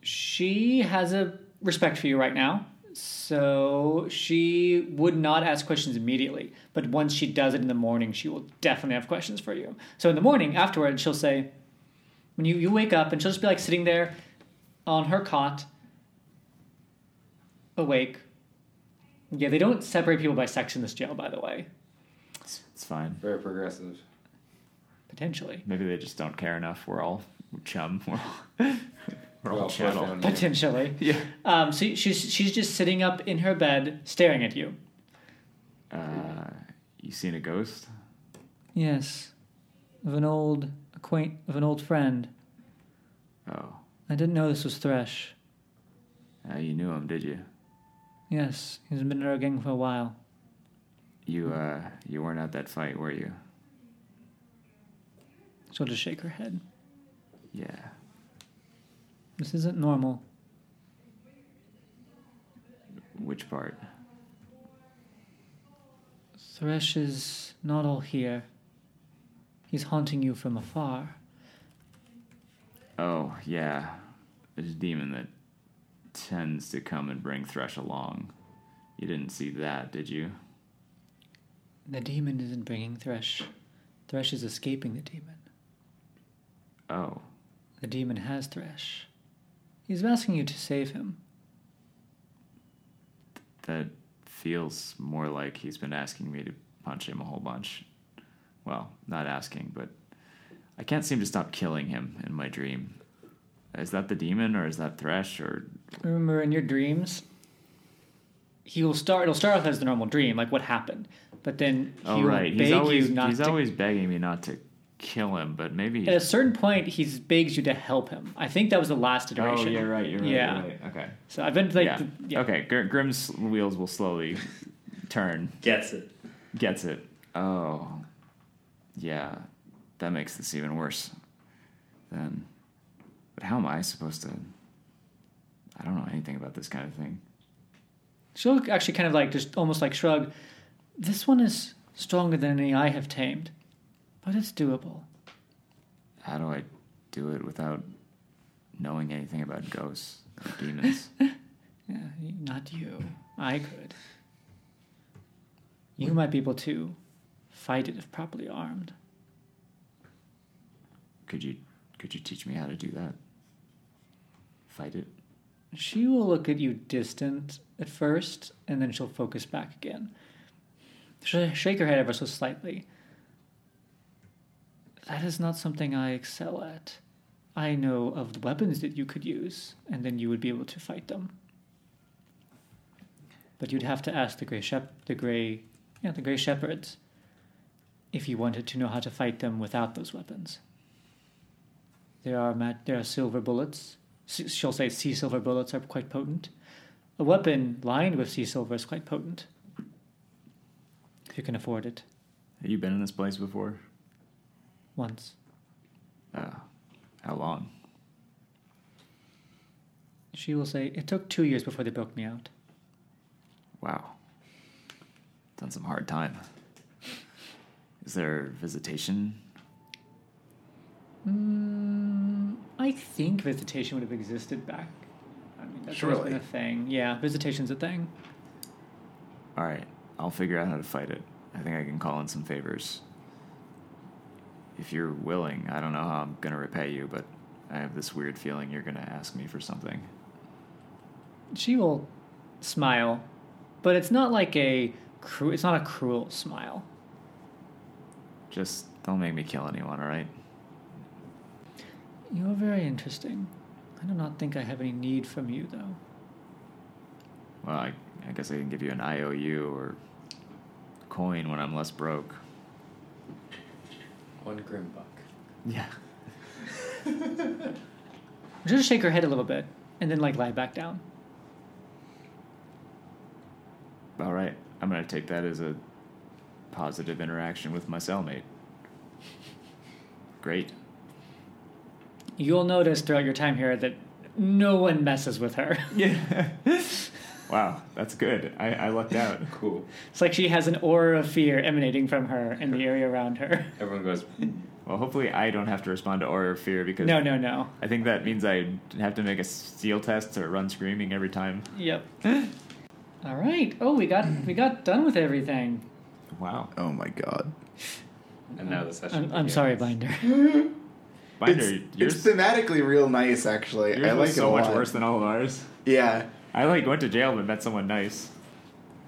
Speaker 1: She has a respect for you right now. So she would not ask questions immediately, but once she does it in the morning, she will definitely have questions for you. So in the morning, afterward, she'll say, when you, you wake up, and she'll just be like sitting there on her cot, awake. Yeah, they don't separate people by sex in this jail, by the way,
Speaker 2: It's, it's fine.
Speaker 5: Very progressive.
Speaker 1: potentially.
Speaker 2: Maybe they just don't care enough. We're all chum. We're all, we're all
Speaker 5: Well,
Speaker 2: chattel.
Speaker 5: found you.
Speaker 1: Potentially. Yeah. Um, so she's, she's just sitting up in her bed, staring at you.
Speaker 2: Uh, you seen a ghost?
Speaker 1: Yes, of an old acquaint of an old friend.
Speaker 2: Oh,
Speaker 1: I didn't know this was Thresh.
Speaker 2: uh, you knew him, did you?
Speaker 1: Yes, he's been in our gang for a while.
Speaker 2: You uh, you weren't at that fight, were you?
Speaker 1: She'll just shake her head.
Speaker 2: Yeah.
Speaker 1: This isn't normal.
Speaker 2: Which part?
Speaker 1: Thresh is not all here. He's haunting you from afar.
Speaker 2: Oh, yeah. There's a demon that tends to come and bring Thresh along. You didn't see that, did you?
Speaker 1: The demon isn't bringing Thresh. Thresh is escaping the demon.
Speaker 2: Oh,
Speaker 1: The demon has Thresh. He's asking you to save him.
Speaker 2: that feels more like he's been asking me to punch him a whole bunch. Well, not asking, but I can't seem to stop killing him in my dream. Is that the demon or is that Thresh or
Speaker 1: Remember in your dreams, he will start. It'll start off as the normal dream, like what happened, but then he
Speaker 2: Oh
Speaker 1: will
Speaker 2: right,
Speaker 1: beg
Speaker 2: he's always
Speaker 1: you not
Speaker 2: he's
Speaker 1: to.
Speaker 2: always begging me not to kill him, but maybe
Speaker 1: At a certain point, he begs you to help him. I think that was the last iteration.
Speaker 2: Oh, right, you're
Speaker 1: right, Yeah. Oh, you're
Speaker 2: Okay.
Speaker 1: So I've been like,
Speaker 2: yeah.
Speaker 1: the- yeah.
Speaker 2: Okay, Gr- Grimm's wheels will slowly turn.
Speaker 5: Gets it.
Speaker 2: Gets it. Oh. Yeah. That makes this even worse. Then But how am I supposed to I don't know anything about this kind of thing.
Speaker 1: She'll actually kind of like just almost like shrug. This one is stronger than any I have tamed, but it's doable.
Speaker 2: How do I do it without knowing anything about ghosts or demons?
Speaker 1: Yeah, y- not you. I could. You might be able to fight it if properly armed.
Speaker 2: could you could you teach me how to do that? Fight it?
Speaker 1: She will look at you distant at first, and then she'll focus back again. She'll shake her head ever so slightly. That is not something I excel at. I know of the weapons that you could use, and then you would be able to fight them. But you'd have to ask the gray shep- the gray, yeah, the gray shepherds, if you wanted to know how to fight them without those weapons. There are ma- there are silver bullets. S- She'll say sea silver bullets are quite potent. A weapon lined with sea silver is quite potent. If you can afford it,
Speaker 2: Have you been in this place before?
Speaker 1: once.
Speaker 2: Uh, how long?
Speaker 1: She will say, It took two years before they broke me out.
Speaker 2: Wow. Done some hard time. Is there visitation?
Speaker 1: I think visitation would have existed back. I mean, that's always been
Speaker 3: Surely.
Speaker 1: a thing. Yeah, visitation's a thing.
Speaker 2: All right, I'll figure out how to fight it. I think I can call in some favors. If you're willing, I don't know how I'm gonna repay you, but I have this weird feeling you're gonna ask me for something.
Speaker 1: She will smile, but it's not like a cru- it's not a cruel smile.
Speaker 2: Just don't make me kill anyone, all right?
Speaker 1: You are very interesting. I do not think I have any need from you, though.
Speaker 2: Well, I, I guess I can give you an IOU or coin when I'm less broke.
Speaker 5: One grim buck.
Speaker 2: Yeah.
Speaker 1: Just shake her head a little bit and then like lie back down.
Speaker 2: All right, I'm gonna take that as a positive interaction with my cellmate. Great.
Speaker 1: You'll notice throughout your time here that no one messes with her.
Speaker 2: Yeah. wow, that's good. I, I lucked out.
Speaker 5: Cool.
Speaker 1: It's like she has an aura of fear emanating from her and the area around her.
Speaker 5: Everyone goes.
Speaker 2: Well, hopefully I don't have to respond to aura of fear because
Speaker 1: No, no, no.
Speaker 2: I think that means I have to make a steal test or run screaming every time.
Speaker 1: Yep. All right. Oh, we got we got done with everything.
Speaker 2: Wow.
Speaker 3: Oh my god.
Speaker 5: And now the session.
Speaker 1: I'm, I'm
Speaker 5: begins.
Speaker 1: sorry, Binder.
Speaker 2: Binder,
Speaker 3: it's,
Speaker 2: yours,
Speaker 3: it's thematically real nice, actually.
Speaker 2: yours
Speaker 3: I like
Speaker 2: was
Speaker 3: it a
Speaker 2: so much
Speaker 3: lot.
Speaker 2: worse than all of ours.
Speaker 3: Yeah.
Speaker 2: I like went to jail but met someone nice.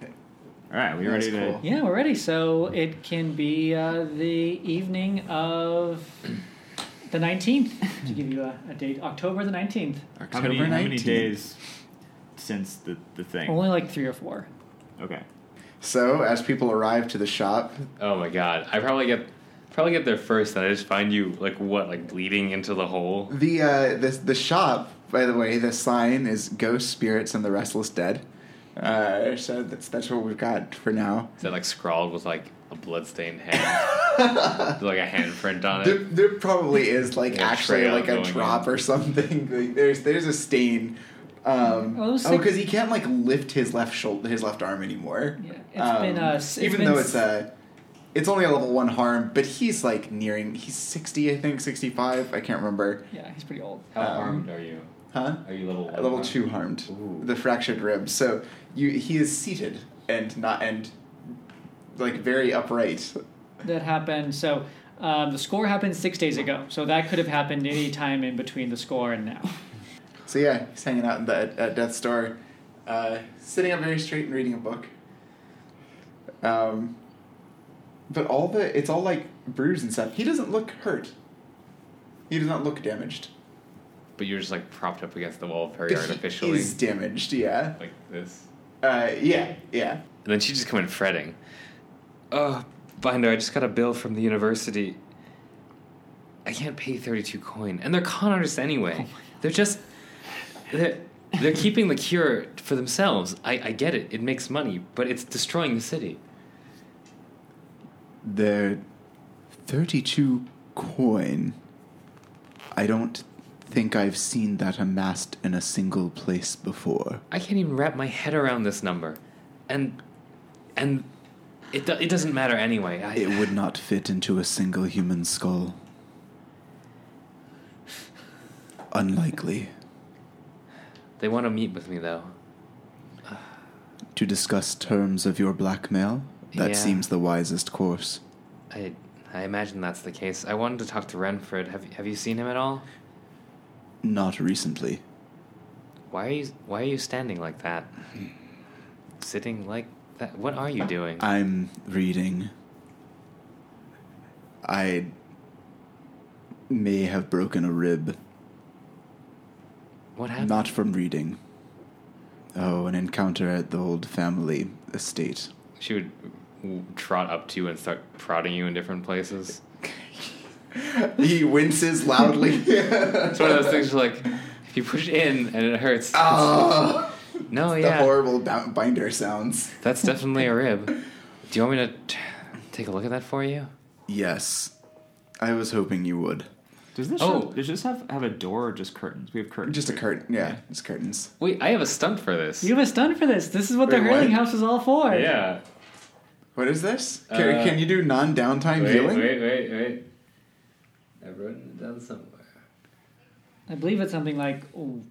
Speaker 2: All right, we
Speaker 3: That's
Speaker 2: ready to?
Speaker 3: cool.
Speaker 1: Yeah, we're ready. So it can be uh, the evening of the 19th. To give you a, a date, October the 19th.
Speaker 2: How many,
Speaker 3: October
Speaker 2: how many
Speaker 3: 19th.
Speaker 2: days since the, the thing?
Speaker 1: Only like three or four.
Speaker 2: Okay.
Speaker 3: So, as people arrive to the shop,
Speaker 5: Oh my god. I probably get Probably get there first, and I just find you like what, like bleeding into the hole.
Speaker 3: The uh, the the shop, by the way, the sign is "Ghost Spirits and the Restless Dead." Uh, so that's that's what we've got for now.
Speaker 5: Is that like scrawled with like a bloodstained hand, There's, like a handprint on
Speaker 3: There,
Speaker 5: it?
Speaker 3: there probably is like
Speaker 5: Yeah,
Speaker 3: actually
Speaker 5: trail
Speaker 3: like a
Speaker 5: going
Speaker 3: drop
Speaker 5: in.
Speaker 3: or something. Like, there's there's a stain. Um,
Speaker 1: Oh,
Speaker 3: oh,
Speaker 1: so-
Speaker 3: because he can't like lift his left shoulder, his left arm anymore.
Speaker 1: Yeah,
Speaker 3: It's
Speaker 1: it's been, uh, s- it's
Speaker 3: even
Speaker 1: been
Speaker 3: though
Speaker 1: s-
Speaker 3: it's a, it's only a level one harm, but he's like nearing. He's sixty, I think, sixty five. I can't remember.
Speaker 1: Yeah, he's pretty old.
Speaker 5: How
Speaker 3: um,
Speaker 5: armed are you?
Speaker 3: Huh?
Speaker 5: Are you level one?
Speaker 3: level
Speaker 5: armed?
Speaker 3: two harmed
Speaker 5: Ooh.
Speaker 3: the fractured rib so you he is seated and not and like very upright
Speaker 1: That happened. So um, the score happened six days ago. So that could have happened any time in between the score and now.
Speaker 3: so yeah he's hanging out in the at death's door uh, sitting up very straight and reading a book um but all the it's all like bruised and stuff he doesn't look hurt he does not look damaged
Speaker 5: But you're just like propped up against the wall very
Speaker 3: But he
Speaker 5: artificially,
Speaker 3: is damaged yeah
Speaker 5: like this.
Speaker 3: uh, yeah yeah
Speaker 5: And then she just come in fretting. Oh, Binder, I just got a bill from the university. I can't pay 32 coin. And they're con artists
Speaker 3: Oh
Speaker 5: anyway. they're just. They're, they're keeping the cure for themselves. I, I get it. It makes money, but it's destroying the city.
Speaker 3: The 32 coin. I don't think I've seen that amassed in a single place before.
Speaker 5: I can't even wrap my head around this number. And. And. It, do, it doesn't matter anyway. I,
Speaker 3: It would not fit into a single human skull. Unlikely.
Speaker 5: They want to meet with me, though.
Speaker 3: To discuss terms of your blackmail, that
Speaker 5: Yeah.
Speaker 3: seems the wisest course.
Speaker 5: I, I imagine that's the case. I wanted to talk to Renford. Have, have you seen him at all?
Speaker 3: Not recently.
Speaker 5: Why are you why are you standing like that? Sitting like that? What are you doing?
Speaker 3: I'm reading. I may have broken a rib.
Speaker 5: What happened?
Speaker 3: Not from reading. Oh, an encounter at the old family estate.
Speaker 5: she would w- trot up to you and start prodding you in different places.
Speaker 3: He winces loudly.
Speaker 5: Oh, It's one of those things where, like if you push in and it hurts.
Speaker 3: oh,
Speaker 5: no,
Speaker 3: the
Speaker 5: yeah,
Speaker 3: horrible b- binder sounds.
Speaker 5: that's definitely a rib. Do you want me to t- take a look at that for you?
Speaker 3: Yes, I was hoping you would.
Speaker 2: Does this
Speaker 5: Oh.
Speaker 2: show, does this have, have a door or just curtains? We have curtains.
Speaker 3: Just a curtain. Yeah, it's curtains.
Speaker 5: Wait, I have a stunt for this.
Speaker 1: You have a stun for this. This is what the
Speaker 3: Wait, what?
Speaker 1: hurling house is all for.
Speaker 5: yeah.
Speaker 3: What is this? Can,
Speaker 5: Uh,
Speaker 3: can you do non-downtime
Speaker 5: Wait,
Speaker 3: healing?
Speaker 5: wait, wait, wait. I've written it down somewhere.
Speaker 1: I believe it's something like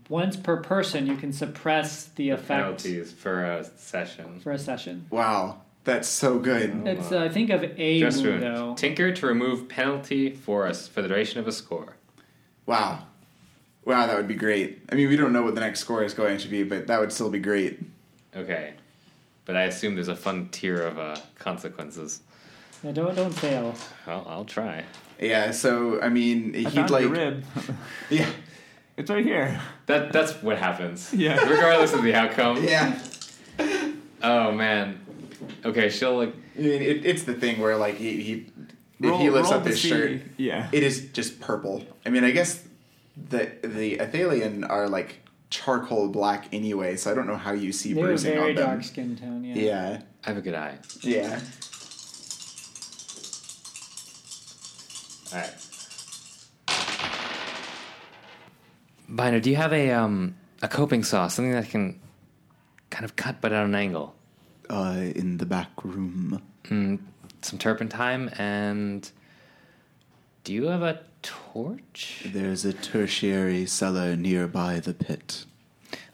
Speaker 1: once per person you can suppress the effect
Speaker 5: Penalties for a session.
Speaker 1: for a session.
Speaker 3: Wow, that's so good.
Speaker 1: It's uh, I think of a
Speaker 5: Just
Speaker 1: move,
Speaker 5: ruined.
Speaker 1: though.
Speaker 5: Tinker to remove penalty for us for the duration of a score.
Speaker 3: Wow, wow, that would be great. I mean, we don't know what the next score is going to be, but that would still be great.
Speaker 5: Okay. But I assume there's a fun tier of uh, consequences.
Speaker 1: Yeah, don't don't fail.
Speaker 5: I'll, I'll try.
Speaker 3: Yeah. So I mean,
Speaker 2: I
Speaker 3: he'd
Speaker 2: found
Speaker 3: like
Speaker 2: your rib.
Speaker 3: yeah,
Speaker 2: it's right here.
Speaker 5: That that's what happens.
Speaker 2: Yeah.
Speaker 5: Regardless of the outcome.
Speaker 3: yeah.
Speaker 5: Oh man. Okay, she'll like
Speaker 3: I mean, it, it's the thing where like he he,
Speaker 2: Roll-
Speaker 3: he lifts
Speaker 2: roll
Speaker 3: up
Speaker 2: to
Speaker 3: his
Speaker 2: see-
Speaker 3: shirt.
Speaker 2: Yeah.
Speaker 3: It is just purple. I mean, I guess the the Athalian are like charcoal black anyway, so I don't know how you see
Speaker 1: They were
Speaker 3: bruising
Speaker 1: very
Speaker 3: on them.
Speaker 1: dark skin tone. Yeah.
Speaker 3: Yeah,
Speaker 5: I have a good eye.
Speaker 3: yeah.
Speaker 5: Alright. Binder, do you have a um a coping saw, something that can kind of cut but at an angle?
Speaker 3: Uh, in the back room.
Speaker 5: Some turpentine and do you have a torch?
Speaker 3: There's a tertiary cellar nearby the pit.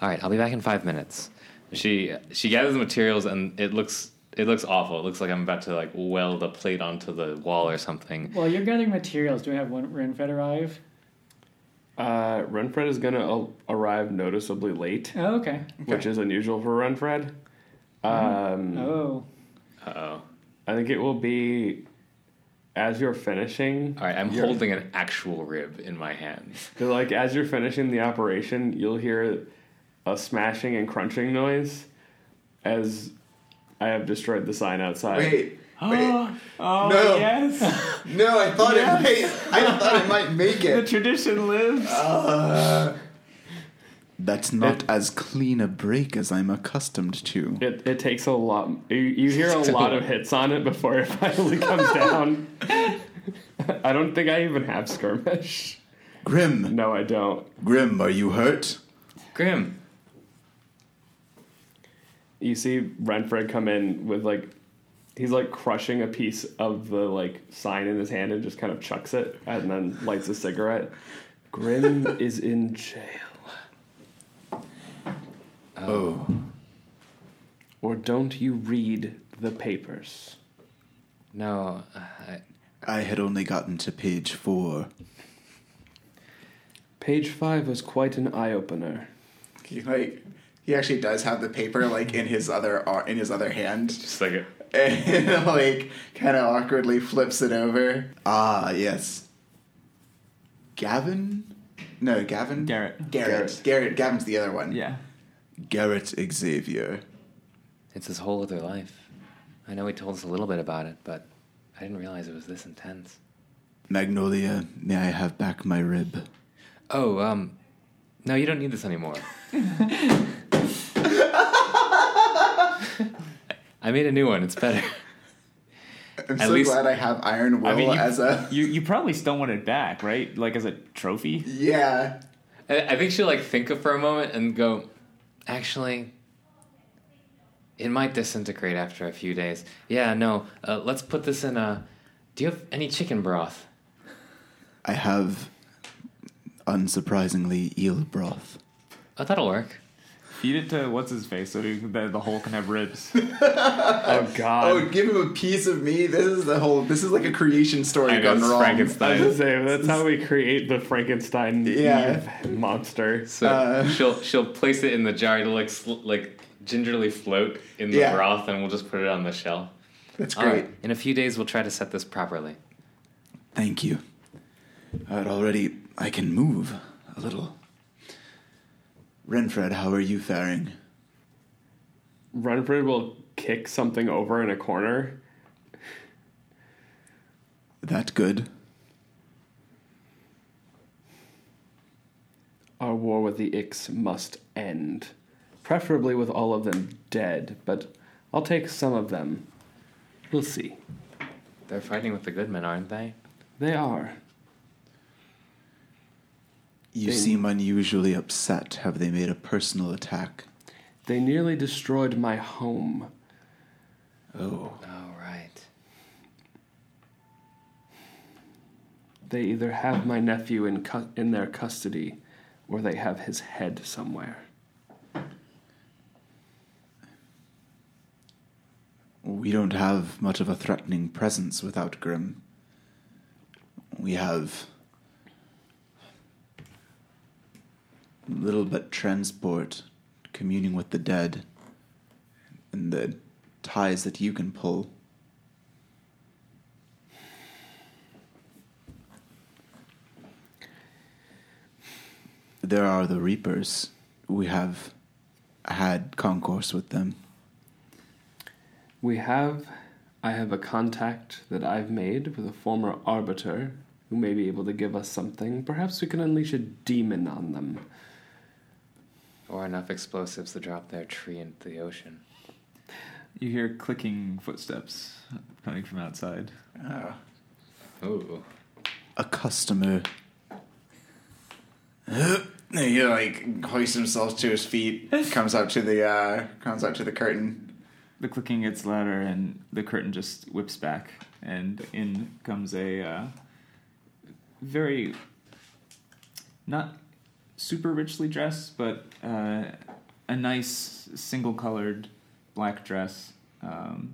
Speaker 5: All right, I'll be back in five minutes. She she gathers the materials and it looks it looks awful. It looks like I'm about to like weld a plate onto the wall or something.
Speaker 1: Well, you're gathering materials. Do we have one Renfred arrive?
Speaker 4: Uh, Renfred is going to a- arrive noticeably late,
Speaker 1: Oh, okay.
Speaker 4: which is unusual for Renfred. Um,
Speaker 1: Oh.
Speaker 5: Uh oh.
Speaker 4: I think it will be as you're finishing.
Speaker 5: All right, I'm holding an actual rib in my hand.
Speaker 4: They're like as you're finishing the operation, you'll hear a smashing and crunching noise as I have destroyed the sign outside.
Speaker 3: Wait,
Speaker 4: oh,
Speaker 3: No.
Speaker 4: yes.
Speaker 3: No, I thought it might. I thought it might make
Speaker 4: the
Speaker 3: it.
Speaker 4: tradition lives.
Speaker 3: Uh, that's not as clean a break as I'm accustomed to.
Speaker 4: It, it takes a lot. You, you hear a lot of hits on it before it finally comes down. I don't think I even have skirmish.
Speaker 3: Grim,
Speaker 4: No, I don't.
Speaker 3: Grim, are you hurt?
Speaker 5: Grim.
Speaker 4: You see Renfred come in with like, he's like crushing a piece of the like sign in his hand and just kind of chucks it and then lights a cigarette. Grim is in jail
Speaker 3: Oh,
Speaker 4: or don't you read the papers?
Speaker 5: No, uh, I,
Speaker 3: I had only gotten to page four.
Speaker 4: Page five was quite an eye opener.
Speaker 3: He like he actually does have the paper like in his other ar- in his other hand,
Speaker 5: just like it.
Speaker 3: and like kind of awkwardly flips it over. Ah, yes. Gavin, no, Gavin.
Speaker 2: Garrett.
Speaker 3: Garrett. Garrett. Gavin's the other one.
Speaker 2: Yeah.
Speaker 3: Garrett Xavier.
Speaker 5: It's his whole other life. I know he told us a little bit about it, but I didn't realize it was this intense.
Speaker 3: Magnolia, may I have back my rib?
Speaker 5: Oh, um, no, you don't need this anymore. I made a new one. It's better.
Speaker 3: I'm
Speaker 5: At
Speaker 3: so
Speaker 5: least-
Speaker 3: glad I have Iron Will
Speaker 2: I mean, you,
Speaker 3: as a
Speaker 2: you you probably still want it back, right? Like as a trophy.
Speaker 3: yeah.
Speaker 5: I, I think she'll like think of for a moment and go, actually, it might disintegrate after a few days. Yeah, no, uh, let's put this in a. Do you have any chicken broth?
Speaker 3: I have, unsurprisingly, eel broth.
Speaker 5: Oh, that'll work.
Speaker 2: Feed it to what's his face, so the, the whole can have ribs.
Speaker 4: Oh God!
Speaker 3: Oh, give him a piece of me. This is the whole. This is like a creation story
Speaker 5: know,
Speaker 3: gone
Speaker 5: it's
Speaker 3: wrong. Uh,
Speaker 4: I was
Speaker 5: Frankenstein.
Speaker 4: gonna say that's how we create the Frankenstein
Speaker 3: Yeah.
Speaker 4: Eve monster.
Speaker 5: So
Speaker 3: Uh.
Speaker 5: she'll she'll place it in the jar to like sl- like gingerly float in the
Speaker 3: Yeah.
Speaker 5: broth, and we'll just put it on the shell.
Speaker 3: That's
Speaker 5: All
Speaker 3: great.
Speaker 5: right. In a few days, we'll try to set this properly.
Speaker 3: Thank you. I'd already. I can move a little. Renfred, how are you faring?
Speaker 4: Renfred will kick something over in a corner.
Speaker 3: That good.
Speaker 4: Our war with the Ix must end, preferably with all of them dead. But I'll take some of them. We'll see.
Speaker 5: They're fighting with the Goodmen, aren't they?
Speaker 4: They are.
Speaker 3: You
Speaker 4: They-
Speaker 3: seem unusually upset. Have they made a personal attack?
Speaker 4: They nearly destroyed my home.
Speaker 3: Oh.
Speaker 5: Oh right.
Speaker 4: They either have my nephew in cu- in their custody, or they have his head somewhere.
Speaker 3: We don't have much of a threatening presence without Grim. We have little but transport, communing with the dead, and the ties that you can pull. There are the Reapers. We have had concourse with them.
Speaker 4: We have. I have a contact that I've made with a former arbiter who may be able to give us something. Perhaps we can unleash a demon on them.
Speaker 5: Or enough explosives to drop their tree into the ocean.
Speaker 2: You hear clicking footsteps coming from outside.
Speaker 5: Ooh.
Speaker 3: a customer. He like hoists himself to his feet, comes up to the uh, comes up to the curtain.
Speaker 2: The clicking gets louder, and the curtain just whips back, and in comes a uh, very not super richly dressed, but uh, a nice single-colored black dress, um,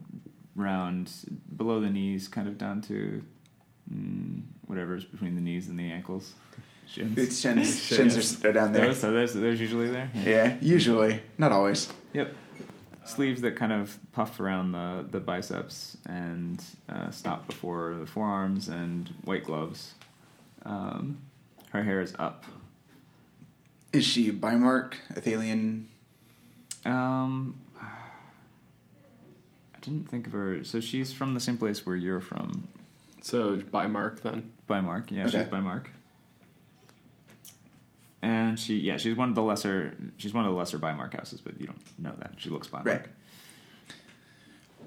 Speaker 2: round below the knees, kind of down to mm, whatever's between the knees and the ankles. Shins.
Speaker 3: It's shins, shins are down there.
Speaker 2: Those, so those, those usually there.
Speaker 3: Yeah, usually, not always.
Speaker 2: Yep. Sleeves that kind of puff around the, the biceps and uh, stop before the forearms and white gloves. Um, her hair is up.
Speaker 3: Is she Bymark, Athelian?
Speaker 2: Um, I didn't think of her. So she's from the same place where you're from,
Speaker 4: So by Mark then.
Speaker 2: by Mark. Yeah, she's
Speaker 3: Okay.
Speaker 2: by Mark. And she, yeah, she's one of the lesser. She's one of the lesser by Mark houses, but you don't know that. She looks by
Speaker 3: Right.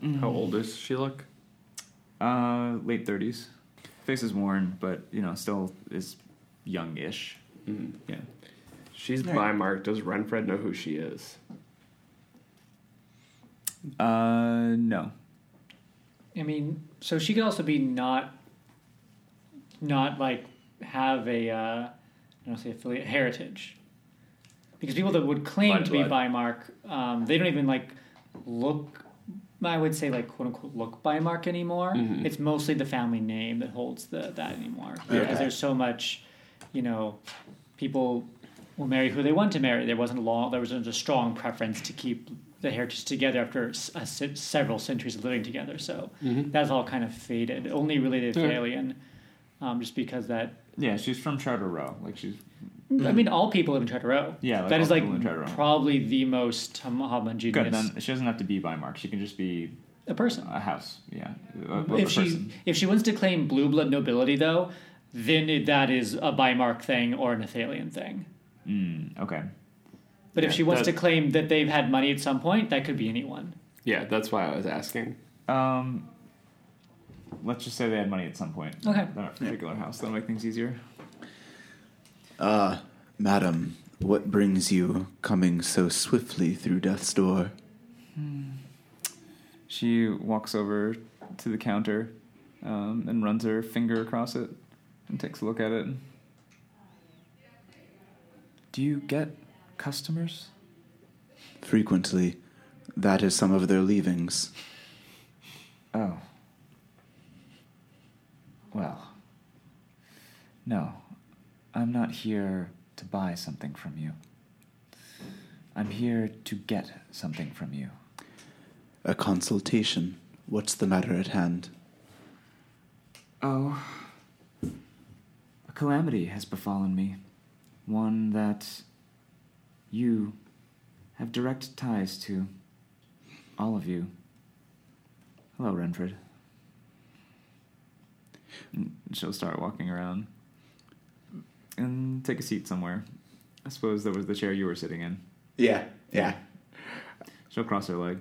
Speaker 2: Mark.
Speaker 4: How old does she look?
Speaker 2: Uh, late thirties. Face is worn, but you know, still is youngish. Yeah.
Speaker 4: Mm-hmm. She's
Speaker 3: Right.
Speaker 4: by Mark. Does Renfred know who she is?
Speaker 2: Uh, no.
Speaker 1: I mean, so she could also be not, not like have a, uh, I don't say affiliate heritage, because people that would claim
Speaker 5: Blood,
Speaker 1: to be
Speaker 5: blood.
Speaker 1: by Mark, um, they don't even like look. I would say like quote unquote look by Mark anymore. It's mostly the family name that holds the that anymore because
Speaker 3: Okay.
Speaker 1: there's so much, you know, people will marry who they want to marry. There wasn't a long, there wasn't a strong preference to keep the heritage together after s- a se- several centuries of living together. So that's all kind of faded. Only related to
Speaker 4: Yeah.
Speaker 1: Alien, um, just because that.
Speaker 2: Yeah, she's from Charter Row. Like she's
Speaker 1: I mean, all people live in Charter Row.
Speaker 2: Mm-hmm. Yeah, like
Speaker 1: that
Speaker 2: all
Speaker 1: is like
Speaker 2: people in Charter Row.
Speaker 1: probably the most hom- homogeneous
Speaker 2: good. Then she doesn't have to be by Mark. She can just be
Speaker 1: a person.
Speaker 2: a house. Yeah. A, a
Speaker 1: if she
Speaker 2: person.
Speaker 1: if she wants to claim blue blood nobility though, then it, that is a Bimark thing or an Athalian thing.
Speaker 2: Okay.
Speaker 1: But if
Speaker 4: Yeah,
Speaker 1: she wants
Speaker 4: that-
Speaker 1: to claim that they've had money at some point, that could be anyone.
Speaker 4: Yeah, that's why I was asking.
Speaker 2: Um, let's just say they had money at some point.
Speaker 1: Okay.
Speaker 2: They're not a particular house. That'll make things easier.
Speaker 3: Ah, Madam, what brings you coming so swiftly through death's door?
Speaker 2: She walks over to the counter um, and runs her finger across it and takes a look at it. Do you get customers?
Speaker 3: Frequently, that is some of their leavings.
Speaker 2: Oh. Well. No. I'm not here to buy something from you. I'm here to get something from you.
Speaker 3: A consultation. What's the matter at hand?
Speaker 2: Oh. A calamity has befallen me. One that you have direct ties to. All of you. Hello, Renfred. And She'll start walking around and take a seat somewhere. I suppose that was the chair you were sitting in.
Speaker 3: Yeah, yeah.
Speaker 2: She'll cross her leg.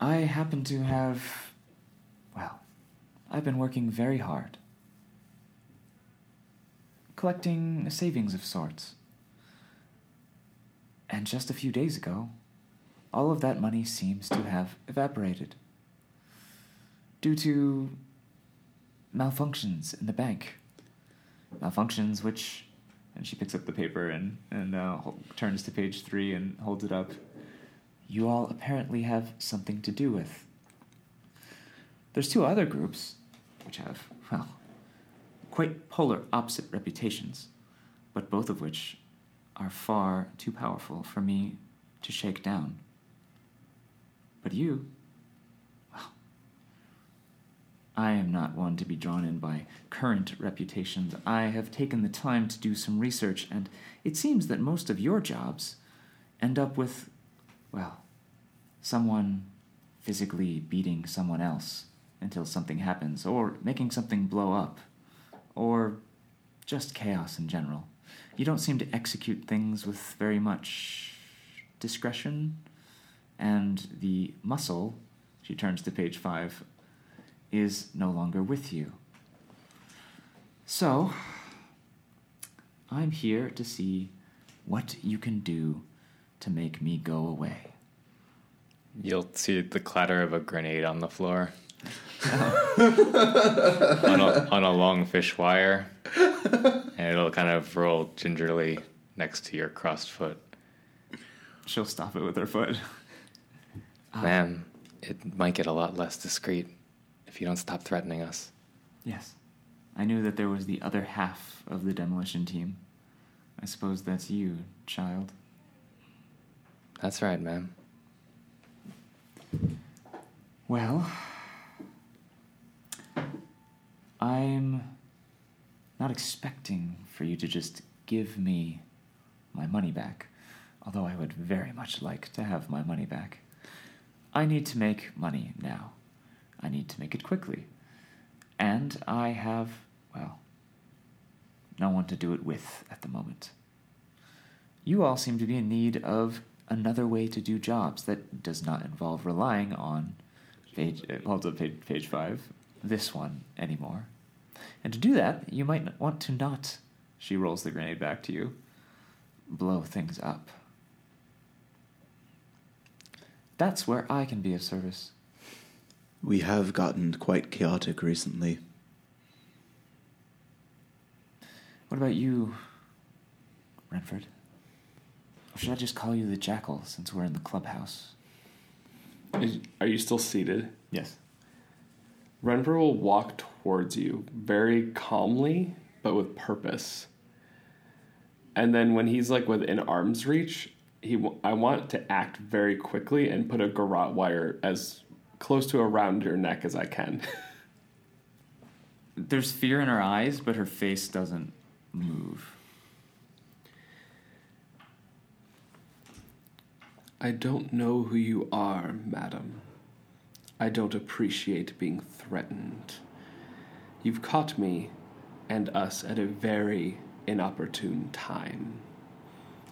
Speaker 2: I happen to have. Well, I've been working very hard. Collecting savings of sorts. And just a few days ago, all of that money seems to have evaporated. Due to malfunctions in the bank. Malfunctions which and she picks up the paper and and uh, hol- turns to page three and holds it up. You all apparently have something to do with. There's two other groups, which have well, quite polar opposite reputations, but both of which are far too powerful for me to shake down. But you, I am not one to be drawn in by current reputations. I have taken the time to do some research, and it seems that most of your jobs end up with, well, someone physically beating someone else until something happens, or making something blow up, or just chaos in general. You don't seem to execute things with very much discretion, and the muscle, she turns to page five, is no longer with you. So, I'm here to see what you can do to make me go away.
Speaker 5: You'll see the clatter of a grenade on the floor. on, a, on a long fish wire. And it'll kind of roll gingerly next to your crossed foot.
Speaker 2: She'll stop it with her foot. Ah. Uh,
Speaker 5: Ma'am, it might get a lot less discreet if you don't stop threatening us.
Speaker 2: Yes. I knew that there was the other half of the demolition team. I suppose that's you, child.
Speaker 5: That's right, ma'am.
Speaker 2: Well, I'm not expecting for you to just give me my money back. although I would very much like to have my money back. I need to make money now. I need to make it quickly. And I have, well, no one to do it with at the moment. You all seem to be in need of another way to do jobs that does not involve relying on page, uh, hold up page, page five, this one anymore. And to do that, you might n- want to not, she rolls the grenade back to you, blow things up. That's where I can be of service.
Speaker 3: We have gotten quite chaotic recently.
Speaker 2: What about you, Renford? Or should I just call you the Jackal since we're in the clubhouse?
Speaker 4: Is- Are you still seated?
Speaker 2: Yes.
Speaker 4: Renfrew will walk towards you very calmly, but with purpose. And then when he's like within arm's reach, he w- I want to act very quickly and put a garrote wire as close to around your neck as I can.
Speaker 2: There's fear in her eyes, but her face doesn't move.
Speaker 4: I don't know who you are, madam. I don't appreciate being threatened. You've caught me and us at a very inopportune time.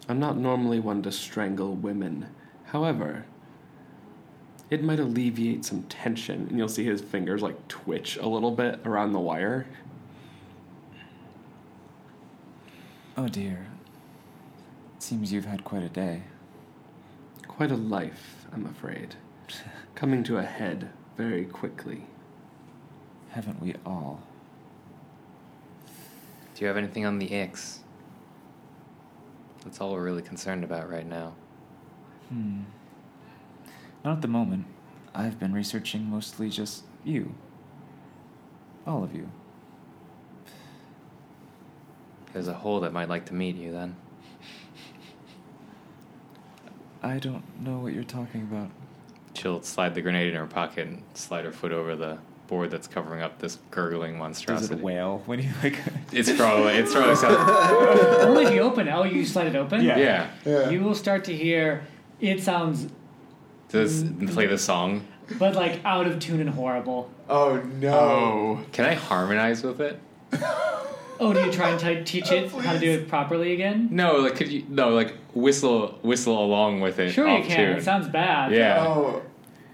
Speaker 4: I'm not normally one to strangle women. However, it might alleviate some tension, and you'll see his fingers like twitch a little bit around the wire.
Speaker 2: Oh dear. It seems you've had quite a day.
Speaker 4: Quite a life, I'm afraid. Coming to a head very quickly.
Speaker 2: Haven't we all?
Speaker 5: Do you have anything on the X? That's all we're really concerned about right now.
Speaker 2: Not at the moment. I've been researching mostly just you. All of you.
Speaker 5: There's a hole that might like to meet you then.
Speaker 2: I don't know what you're talking about.
Speaker 5: She'll slide the grenade in her pocket and slide her foot over the board that's covering up this gurgling monstrosity.
Speaker 2: wail when you like?
Speaker 5: It's throwaway. It's throwaway. sound.
Speaker 1: Only if you open it. Oh, you slide it open?
Speaker 2: Yeah.
Speaker 5: yeah.
Speaker 1: You will start to hear it sounds,
Speaker 5: Does play the song?
Speaker 1: but like out of tune and horrible.
Speaker 3: Oh no.
Speaker 5: Can I harmonize with it?
Speaker 1: Oh, do you try and t- teach it how to do it properly again?
Speaker 5: No, like could you? No, like whistle, whistle along with it.
Speaker 1: Sure, you
Speaker 5: off
Speaker 1: can.
Speaker 5: Tune.
Speaker 1: It sounds bad.
Speaker 5: yeah.
Speaker 3: Oh,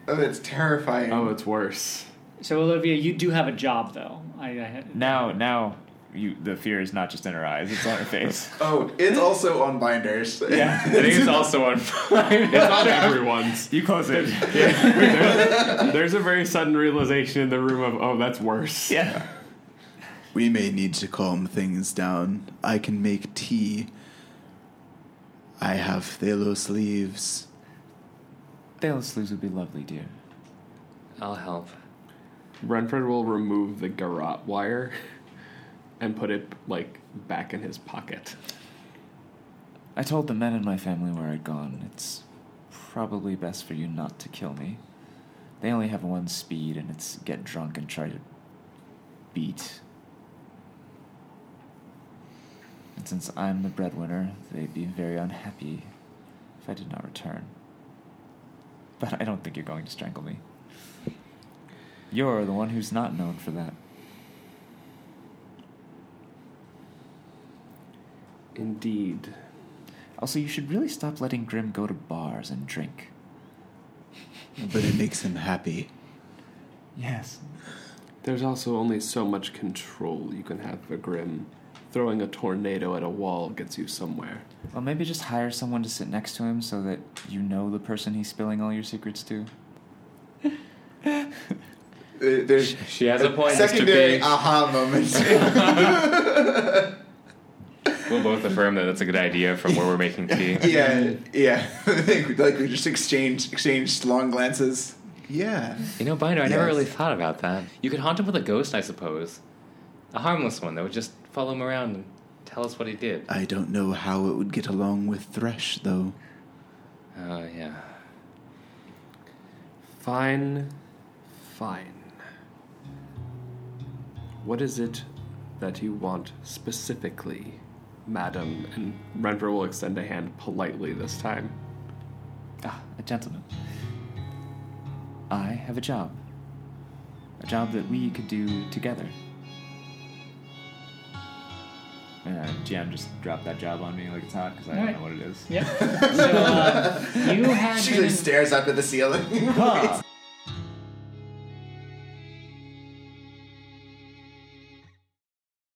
Speaker 3: oh that's terrifying.
Speaker 4: Oh, it's worse.
Speaker 1: So, Olivia, you do have a job, though. I, I,
Speaker 2: Now, now, you the fear is not just in her eyes; it's on her face.
Speaker 3: Oh, it's also on binders.
Speaker 2: yeah,
Speaker 5: I think it's also on Friday.
Speaker 4: Everyone's.
Speaker 2: you close it.
Speaker 4: There's a very sudden realization in the room of, oh, that's worse.
Speaker 2: yeah.
Speaker 3: We may need to calm things down. I can make tea. I have Thalos leaves.
Speaker 2: Thalos sleeves would be lovely, dear.
Speaker 5: I'll help.
Speaker 4: Renfred will remove the garrote wire and put it like back in his pocket.
Speaker 2: I told the men in my family where I'd gone. It's probably best for you not to kill me. They only have one speed, and it's get drunk and try to beat. And since I'm the breadwinner, they'd be very unhappy if I did not return. But I don't think you're going to strangle me. You're the one who's not known for that.
Speaker 4: Indeed.
Speaker 2: Also, you should really stop letting Grim go to bars and drink.
Speaker 3: But it makes him happy.
Speaker 2: Yes.
Speaker 4: There's also only so much control you can have for Grim. Throwing a tornado at a wall gets you somewhere.
Speaker 2: Well, maybe just hire someone to sit next to him so that you know the person he's spilling all your secrets to.
Speaker 3: Uh, There's
Speaker 5: She has a point. Mr.
Speaker 3: secondary uh,
Speaker 5: Big.
Speaker 3: aha moments.
Speaker 5: We'll both affirm that that's a good idea from where we're making tea.
Speaker 3: yeah, yeah. I think we- like we just exchange exchanged long glances. Yeah.
Speaker 5: You know, Binder, I never
Speaker 3: Yes.
Speaker 5: really thought about that. You could haunt him with a ghost, I suppose. A harmless one that would just follow him around and tell us what he did.
Speaker 3: I don't know how it would get along with Thresh though.
Speaker 5: Oh, yeah.
Speaker 4: Fine. Fine. What is it that you want specifically, madam, and Renfro will extend a hand politely this time.
Speaker 2: Ah, a gentleman. I have a job. A job that we could do together.
Speaker 7: Uh, GM just dropped that job on me like it's hot because I
Speaker 1: Alright.
Speaker 7: don't know what it is.
Speaker 1: Yep. so uh, you have
Speaker 3: She
Speaker 1: been
Speaker 3: like stares up at the ceiling.
Speaker 7: Huh.